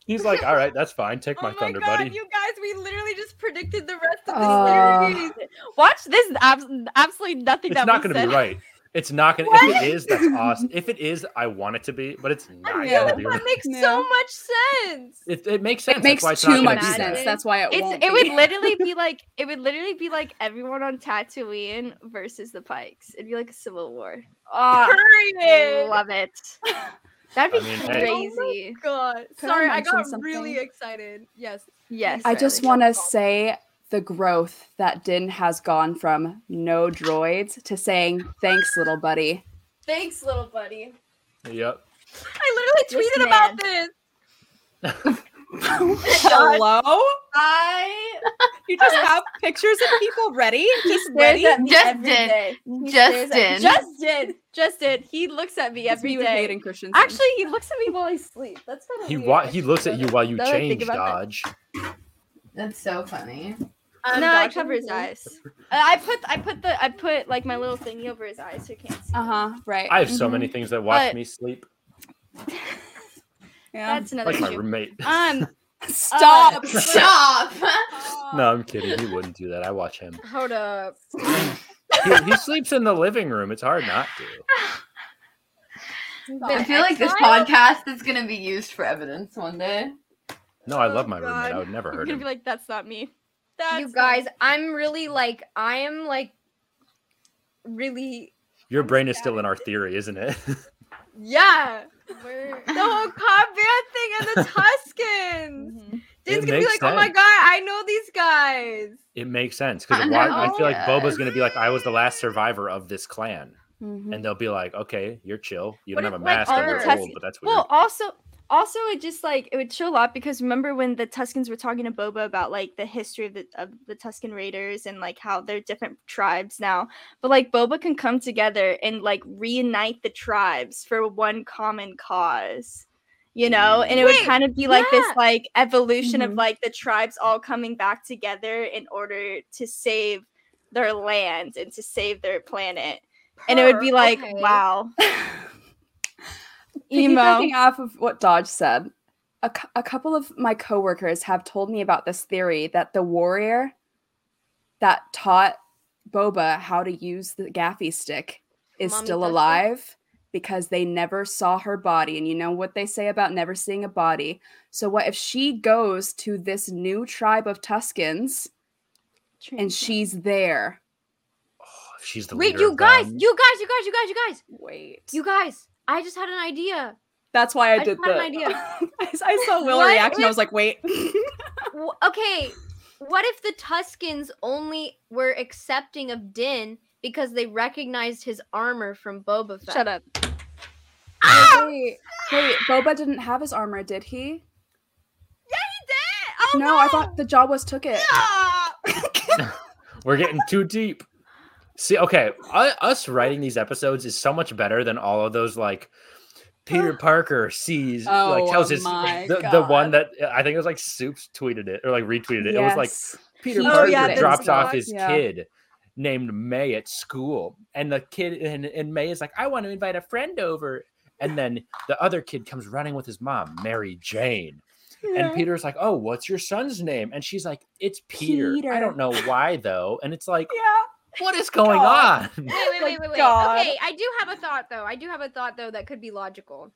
S2: he's like, all right, that's fine, take
S4: Oh
S2: my, thunder, buddy.
S5: Oh you guys, we literally just predicted the rest of the
S3: Uh,
S5: series.
S4: Watch this. is Abs- absolutely nothing
S2: It's
S4: that
S2: not
S4: we
S2: gonna
S4: said.
S2: be right. It's not gonna. If it is, that's awesome. If it is, I want it to be, but it's not
S5: I
S3: Yeah.
S5: feel
S2: gonna
S5: like
S2: be.
S5: that makes
S3: Yeah.
S5: so much sense.
S2: It, it makes sense.
S3: It
S2: that's
S3: makes
S2: why it's not
S3: too
S2: gonna
S3: much
S2: be that.
S3: sense. That's why it
S4: It's,
S3: won't.
S4: it would
S3: be.
S4: literally be like it would literally be like everyone on Tatooine versus the Pikes. It'd be like a civil war. Oh,
S5: Period.
S4: love it. That'd
S2: I
S4: be
S2: mean, hey.
S4: crazy.
S5: God,
S3: Could I
S5: sorry, I,
S3: mention
S5: got
S3: something?
S5: really excited. Yes,
S4: Yes.
S3: I just want to say the growth that Din has gone from no droids to saying thanks, little buddy.
S5: thanks, little buddy.
S2: Yep.
S5: I literally
S4: This
S5: tweeted about
S4: man.
S5: this.
S3: Hello,
S5: I
S3: you just have pictures of people ready, just
S4: Stares at me
S1: Just
S4: every
S1: did.
S4: day. He stares
S1: Justin.
S4: at- Just did. Just did. He looks at me every
S3: you would
S4: day.
S3: hate in Christian.
S4: Actually, he looks at me while I sleep. That's kind of
S2: He
S4: weird.
S2: wa- he looks at you while you
S4: Now that I think
S2: change
S4: about that-
S2: dodge.
S1: That's so funny.
S5: um,
S4: no, I
S5: Dodge
S4: cover his
S5: Ramsey.
S4: eyes. Uh, I I put I put the I put like my little thingy over his eyes so he can't see.
S3: uh huh. Right.
S2: I have so
S3: Mhm.
S2: many things that watch
S4: But-
S2: me sleep,
S3: Yeah.
S4: That's another
S2: like my
S4: issue.
S2: roommate.
S4: Um,
S3: Stop.
S1: Stop.
S2: No, I'm kidding. He wouldn't do that. I watch him.
S5: Hold up.
S2: He, he sleeps in the living room. It's hard not to.
S1: I feel like this
S5: Exile?
S1: podcast is gonna be used for evidence one day.
S2: No, I
S4: Oh,
S2: love my roommate. I
S4: God.
S2: would never
S4: I'm
S2: hurt
S4: gonna be
S2: him.
S4: like, that's not me. That's
S5: you
S4: not
S5: guys, I'm really like, I am like, really,
S2: Your brain is still in our theory, isn't it?
S5: yeah. We're, the whole Cobb Vanth thing and the Tuskins.
S4: Mm-hmm.
S3: Mhm.
S5: Din's
S2: It
S5: gonna be like,
S2: makes
S5: oh my
S2: sense.
S5: god, I know these guys.
S2: it makes sense
S1: I
S2: because I
S1: know,
S2: feel like Boba's
S1: yes.
S2: gonna be like, "I was the last survivor of this clan,"
S3: Mhm.
S2: and they'll be like, "Okay, you're chill. You
S4: What
S2: don't have a
S4: if, like,
S2: mask.
S4: all
S2: and
S4: the
S2: you're
S4: Tus-
S2: old, but that's weird."
S4: Well, also, also, it just like it would show a lot because remember when the Tuscans were talking to Boba about like the history of the of the Tuscan Raiders and like how they're different tribes now, but like Boba can come together and like reunite the tribes for one common cause. You know, and it
S5: Wait,
S4: would kind of be like
S5: yeah. Mm-hmm.
S4: this like evolution of
S3: Mhm.
S4: like the tribes all coming back together in order to save their land and to save their planet. And it would be
S5: Purr,
S4: like,
S5: okay.
S4: wow. Emo.
S3: Piggybacking off of what Dodge said, a, cou- a couple of my coworkers have told me about this theory that the warrior that taught Boba how to use the gaffy stick is
S5: Mommy
S3: still
S5: Tuscan?
S3: alive because they never saw her body. And you know what they say about never seeing a body? So, what if she goes to this new tribe of Tuscans and she's there?
S2: Oh, she's the
S5: Wait,
S2: leader
S5: you
S2: of
S5: guys,
S2: them.
S5: you guys, you guys, you guys, you guys,
S3: Wait.
S5: you guys. I just had an idea.
S3: That's why I,
S5: I
S3: did
S5: had an
S3: that.
S5: idea.
S3: I, I saw Will
S5: What
S3: react and I
S5: if-
S3: was like, wait.
S5: W- okay, what if the Tuscans only were accepting of Din because they recognized his armor from Boba Fett?
S4: Shut up.
S2: Ah!
S3: Wait, wait, Boba didn't have his armor, did he?
S5: He did! Oh,
S3: no, I thought the Jawas took it.
S2: We're getting too deep. See, okay, I, us writing these episodes is so much better than all of those like Peter Parker sees
S3: Oh
S2: like tells his
S3: my
S2: the, the one that uh, I think it was like Soups tweeted it or like retweeted it. It was like
S3: Yes.
S2: Peter
S3: He
S2: Parker
S4: did it.
S2: drops off
S4: Block,
S2: his
S3: yeah.
S2: kid named May at school, and the kid and, and May is like, "I want to invite a friend over," and then the other kid comes running with his mom, Mary Jane, And Peter's like, "Oh, what's your son's name?" And she's like, "It's Peter." I
S3: Peter.
S2: don't know why though. And it's like,
S4: Yeah.
S2: "What is going
S3: Oh.
S4: God.
S2: on?"
S5: Wait, wait, wait,
S4: Like,
S5: wait, wait.
S4: God.
S5: Okay, I do have a thought though. I do have a thought though that could be logical.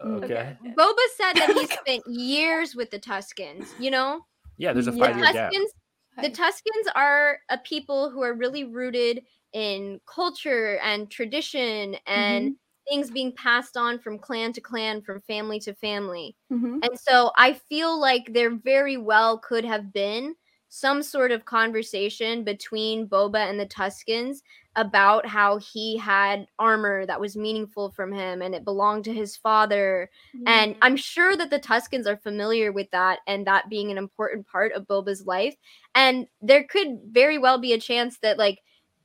S2: Okay.
S5: Boba said that he spent years with the Tuscans. You know,
S2: Yeah, there's a
S3: Yeah.
S2: 5-year
S5: the
S2: gap.
S5: Tuscans. The
S3: Right.
S5: Tuscans are a people who are really rooted in culture and tradition and things being passed on from clan to clan, from family to family.
S3: Mhm.
S5: And so I feel like there very well could have been some sort of conversation between Boba and the Tuscans about how he had armor that was meaningful from him and it belonged to his father.
S4: Mm-hmm.
S5: And I'm sure that the Tuscans are familiar with that and that being an important part of Boba's life. And there could very well be a chance that, like,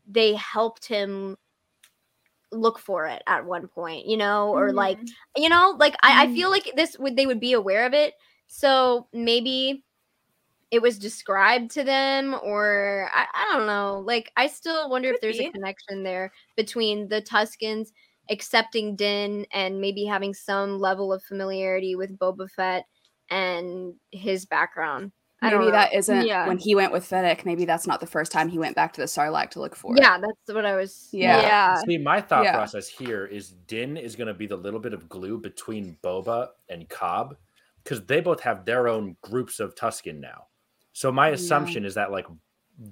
S5: they helped him look for it at one point, you know, or
S4: Mm-hmm.
S5: like you know like I,
S3: Mm-hmm.
S5: I feel like this would they would be aware of it so maybe it was described to them or i, I don't know like i still wonder if
S4: Could
S5: there's
S4: be.
S5: a connection there between the tuscans accepting din and maybe having some level of familiarity with boba fett and his background I don't
S3: Maybe
S5: know.
S3: that isn't
S4: Yeah.
S3: when he went with Fennec. Maybe that's not the first time he went back to the Sarlacc to look for it. Oh,
S5: yeah that's what i was
S3: Yeah.
S4: Yeah.
S2: See, my thought
S3: Uh, Yeah.
S2: process here is Din is going to be the little bit of glue between Boba and Cobb because they both have their own groups of Tusken now. So
S3: Oh,
S2: my
S3: Yeah.
S2: assumption is that like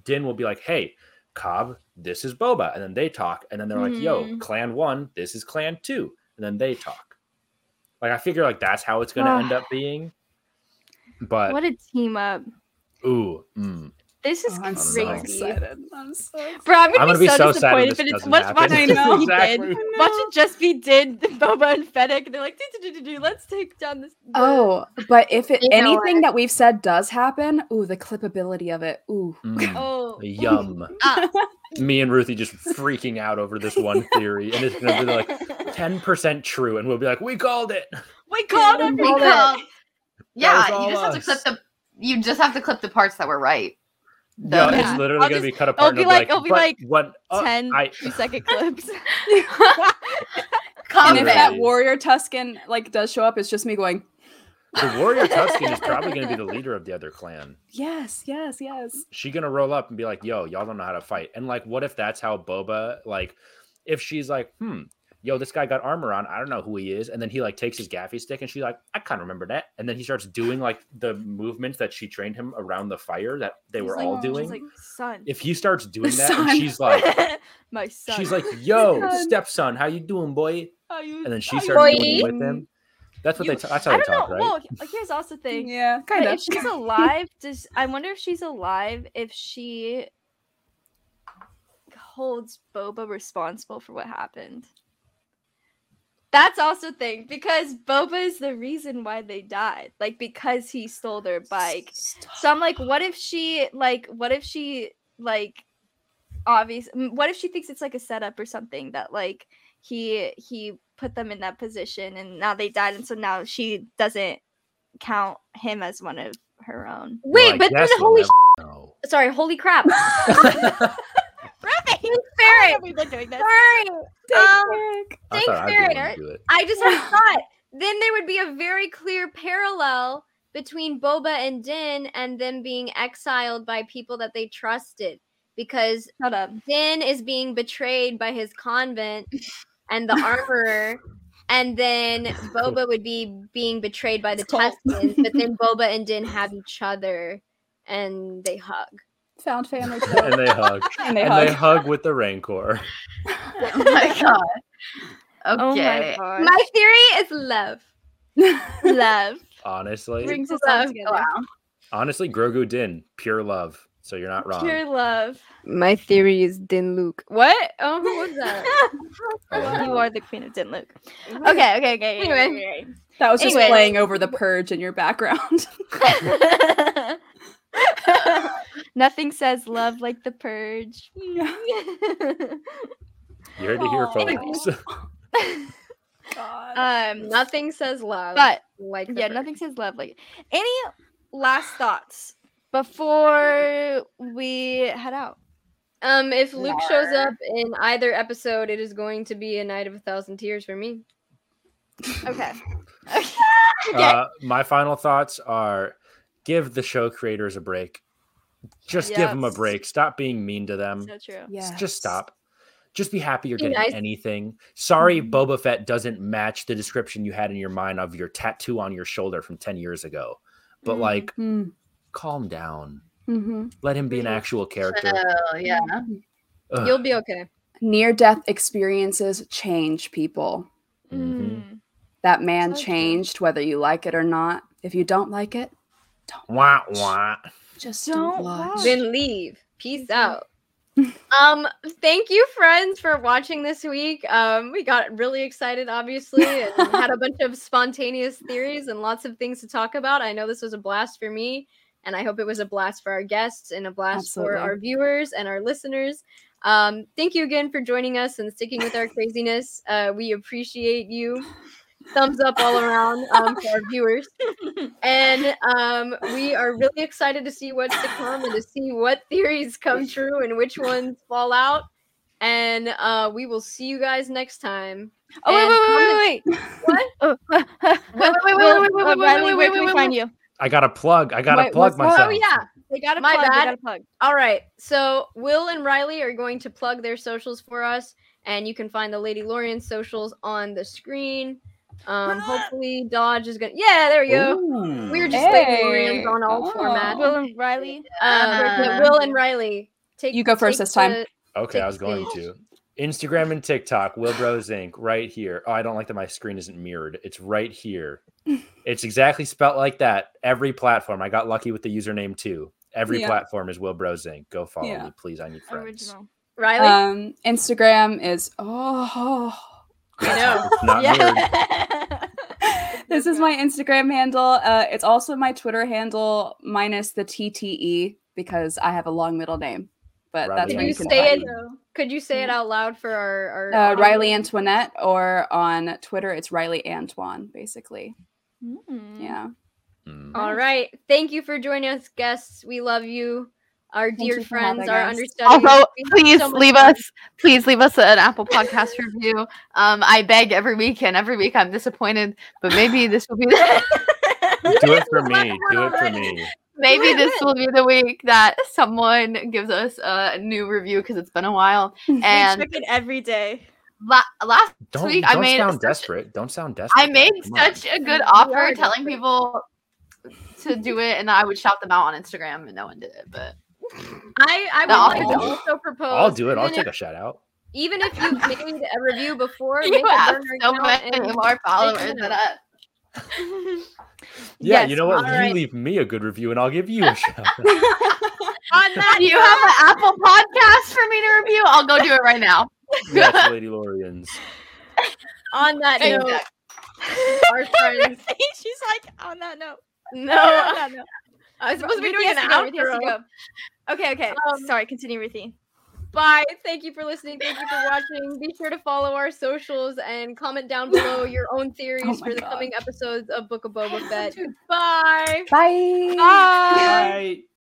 S2: Din will be like, "Hey, Cobb, this is Boba," and then they talk, and then they're like, "Yo,
S3: Mm-hmm.
S4: Mhm.
S2: Clan One, this is Clan Two," and then they talk. Like I figure like that's how it's going to end up being. But
S4: What a team up.
S2: ooh, mm.
S4: This is
S3: Oh, I'm so
S4: crazy.
S3: excited. I'm so excited.
S4: Bro, I'm
S2: I'm
S4: gonna,
S2: going to
S4: be, so,
S2: sad when
S4: disappointed,
S2: this
S4: but it's
S2: doesn't
S4: much
S2: happen.
S4: watch it just be
S2: Exactly.
S4: Oh, did. Watch it just be did Boba and Fennec, and they're like, do, do, do, do, let's take down this. the-
S3: Oh, but if it,
S5: You know
S3: anything that we've said does happen, ooh, the clippability of it. Ooh.
S2: Mm.
S4: oh,
S2: Yum.
S5: Ah.
S2: Me and Ruthie just freaking out over this one theory, and it's gonna be like ten percent true, and we'll be like, "We called it."
S4: we called
S3: Yeah, we
S4: everything.
S3: called it.
S4: That
S1: Because- yeah,
S2: all
S1: you just have to clip
S2: us.
S1: the you just have to clip the parts that were right.
S2: No,
S1: Though.
S2: it's
S4: Yeah.
S2: literally
S4: I'll
S2: gonna
S4: just-
S2: be cut apart.
S4: be
S2: and
S4: like- I'll be
S2: "But
S4: like,
S2: what? uh,
S4: 10
S2: I,
S4: two second clips.
S3: And if
S1: Comment.
S3: that
S2: Right.
S3: warrior Tuscan like does show up, it's just me going,
S2: the warrior Tusken is probably gonna be the leader of the other clan.
S3: yes, yes, yes.
S2: She gonna roll up and be like, "Yo, y'all don't know how to fight." And like, what if that's how Boba like, if she's like, "Hmm, yo, this guy got armor on. I don't know who he is," and then he like takes his gaffy stick, and she's like, "I kind of remember that," and then he starts doing like the movements that she trained him around the fire that they
S4: He's
S2: were
S4: like- "Oh,
S2: all
S3: she's
S2: doing.
S4: She's like, son.
S2: if he starts doing that,
S3: son.
S2: and she's like,
S4: My son.
S2: she's like, "Yo,
S3: Son.
S2: stepson, how you doing, boy?"
S4: Are you,
S2: And then she
S4: are you
S2: starts doing
S5: Boy.
S2: it with him. That's what
S4: You-
S2: they. T- that's how
S4: I
S2: they
S4: don't know.
S2: talk, right?
S4: Well, he- here's also the thing.
S3: Yeah,
S4: But
S3: kind of.
S4: if she's alive, does I wonder if she's alive if she holds Boba responsible for what happened. That's also a thing because Boba is the reason why they died, like because he stole their bike. So I'm like, what if she like, what if she like, obvious, m- what if she thinks it's like a setup or something that like he he put them in that position and now they died and so now she doesn't count him as one of her own.
S5: wait
S2: I
S5: but then
S2: guess we'll
S5: holy
S2: never know.
S5: sh- sorry holy crap
S4: I
S5: Ferret,
S4: don't know if we've been doing this.
S5: sorry Um,
S2: I
S5: Thanks,
S2: thought I'd be the one to
S5: Barrett.
S2: do it.
S5: I just had a thought. Then there would be a very clear parallel between Boba and Din and them being exiled by people that they trusted because
S4: Shut up.
S5: Din is being betrayed by his convent and the armorer. And then Boba would be being betrayed by the
S3: It's cold.
S5: Tuscans, but then Boba and Din have each other and they hug.
S3: Found family.
S2: and they hug.
S3: and they
S2: and
S3: hug.
S2: they hug with the rancor.
S1: oh my god. Okay.
S4: Oh my
S5: My theory is love.
S4: god. Love
S2: Honestly,
S4: brings us all
S5: Love.
S4: together.
S2: honestly, Grogu Din, pure love. So you're not wrong.
S4: Pure love.
S5: My theory is Din Luke. What? Oh, who was that?
S2: Oh.
S4: you are the queen of Din Luke. Okay, okay, okay.
S5: Anyway.
S3: That was just
S4: Anyway.
S3: playing over the purge in your background.
S4: okay, okay. Nothing says love like the purge. Um,
S2: You heard it here,
S3: Aw.
S2: folks.
S3: God.
S4: um
S5: Nothing says love.
S4: but
S5: like the
S4: yeah,
S5: bird.
S4: nothing says love like any last thoughts before we head out.
S5: Um, if Luke shows up in either episode, it is going to be a night of a thousand tears for me.
S4: Okay.
S2: Uh, my final thoughts are give the show creators a break. Just give them a
S4: Yes.
S2: break. Stop being mean to them.
S4: So true.
S3: Yeah.
S2: S- Just stop. Just be happy you're
S5: Be
S2: getting
S5: nice.
S2: anything. Sorry,
S3: Mhm.
S2: Boba Fett doesn't match the description you had in your mind of your tattoo on your shoulder from 10 years ago. But
S4: Mm.
S2: like,
S3: Mm.
S2: calm down.
S3: hmm
S2: Let him be an
S5: Mhm.
S2: actual character.
S1: Oh, yeah.
S2: Ugh.
S5: You'll be okay.
S3: Near death experiences change people.
S2: Mhm.
S4: Mm.
S3: That man
S4: So true.
S3: changed, whether you like it or not. If you don't like it,
S2: Wah, wah.
S3: just
S4: Don't
S3: don't watch.
S4: watch.
S5: Then leave. Peace out. um, thank you, friends, for watching this week. Um, we got really excited, obviously, and had a bunch of spontaneous theories and lots of things to talk about. I know this was a blast for me, and I hope it was a blast for our guests and a blast for
S3: Absolutely.
S5: our viewers and our listeners. Um, thank you again for joining us and sticking with our craziness. Uh, we appreciate you. Thumbs up all around um, for our viewers. And um, we are really excited to see what's to come and to see what theories come true and which ones fall out. And uh, we will see you guys next time.
S4: Oh
S5: And
S4: wait, wait, wait, wait, wait, wait.
S1: Wait,
S4: What?
S1: wait, wait,
S4: Well,
S1: wait, wait,
S4: uh,
S1: wait, wait,
S4: Riley,
S1: wait,
S4: where
S1: wait,
S4: can we
S1: wait,
S4: find you?
S2: I got to plug. I got to
S3: Wait,
S2: plug
S3: what's- oh,
S2: myself.
S5: Oh, yeah.
S4: They got a
S5: My
S4: plug. They
S5: bad.
S4: got a plug.
S5: All right. So Will and Riley are going to plug their socials for us, and you can find the Lady Lorian socials on the screen. Um, hopefully Dodge is gonna. Yeah, there we go.
S2: Ooh.
S5: We're just Lady Lorians
S3: Hey.
S5: on all
S3: Oh.
S5: formats.
S4: Will and Riley. Uh,
S5: Um, but Will and Riley, take
S3: You go first
S5: take
S3: this time.
S5: the-
S2: Okay, I
S5: Take
S2: was going
S5: stage.
S2: to. Instagram and TikTok, Will Bros Inc. right here. Oh, I don't like that my screen isn't mirrored. It's right here. It's exactly spelt like that. Every platform. I got lucky with the username too. Every
S3: Yeah.
S2: platform is Will Bros Inc. Go follow
S3: Yeah.
S2: me, please. I need friends.
S4: Original.
S5: Riley.
S3: Um, Instagram is oh.
S5: I know.
S2: It's not mirrored.
S4: Yeah.
S3: this is my Instagram handle. Uh, it's also my Twitter handle minus the TTE because I have a long middle name. But
S2: Riley
S3: that's
S5: Could
S3: where
S5: you
S3: you can
S5: say
S3: find
S5: it? Could you say it
S1: Mm-hmm.
S5: out loud for our,
S3: me. Uh,
S5: our
S3: Riley Antoinette, or on Twitter, it's Riley Antoine, basically.
S4: Mm.
S3: Yeah.
S2: Mm.
S5: All right. Thank you for joining us, guests. We love you, our dear
S3: you for having
S5: friends, our
S3: us.
S5: understudies.
S1: Although,
S5: We had
S1: please
S5: so much
S1: leave
S5: fun.
S1: us, please leave us an Apple Podcast review. Um, I beg every week, and every week I'm disappointed. But maybe this will be the,
S2: Do it for me. Do it for me.
S1: maybe this will be the week that someone gives us a new review because it's been a while. And
S4: we check it every day.
S1: la- last
S2: Don't,
S1: week I
S2: don't
S1: made
S2: sound
S1: such-
S2: desperate. Don't sound desperate.
S1: I made
S2: guys. Come on.
S1: such a good
S5: You
S1: offer,
S5: are
S1: telling people to do it, and I would shout them out on Instagram, and no one did it. But
S5: I, I would
S1: No, I'll
S5: like to
S2: do it.
S5: also propose.
S2: I'll do it. I'll
S5: even
S2: take
S5: if-
S2: a shout out.
S5: Even if you've made a review before,
S1: you
S5: make a
S1: have
S5: burner
S1: so
S5: account
S1: many
S5: and-
S1: more followers
S5: it
S1: than
S5: up.
S1: us.
S2: Yeah,
S4: Yes,
S2: you know what?
S5: all
S2: You
S5: right.
S2: leave me a good review and I'll give you a shout out.
S5: On that,
S1: Do you have an Apple Podcast for me to review? I'll go do it right now.
S2: yes, Lady Lorians.
S5: on that note,
S1: Exact-
S5: our friends.
S4: She's like, on that note.
S5: No,
S4: on that note.
S5: I was supposed to be
S4: Ruthie
S5: doing an
S4: has to go, Ruthie has to
S5: outro.
S4: go. Okay, okay.
S5: Um,
S4: Sorry, continue, Ruthie.
S5: Bye. Thank you for listening. Thank you for watching. Be sure to follow our socials and comment down below your own theories
S3: Oh my
S5: for the
S3: God.
S5: coming episodes of Book of Boba Fett. Bye.
S3: Bye.
S2: Bye.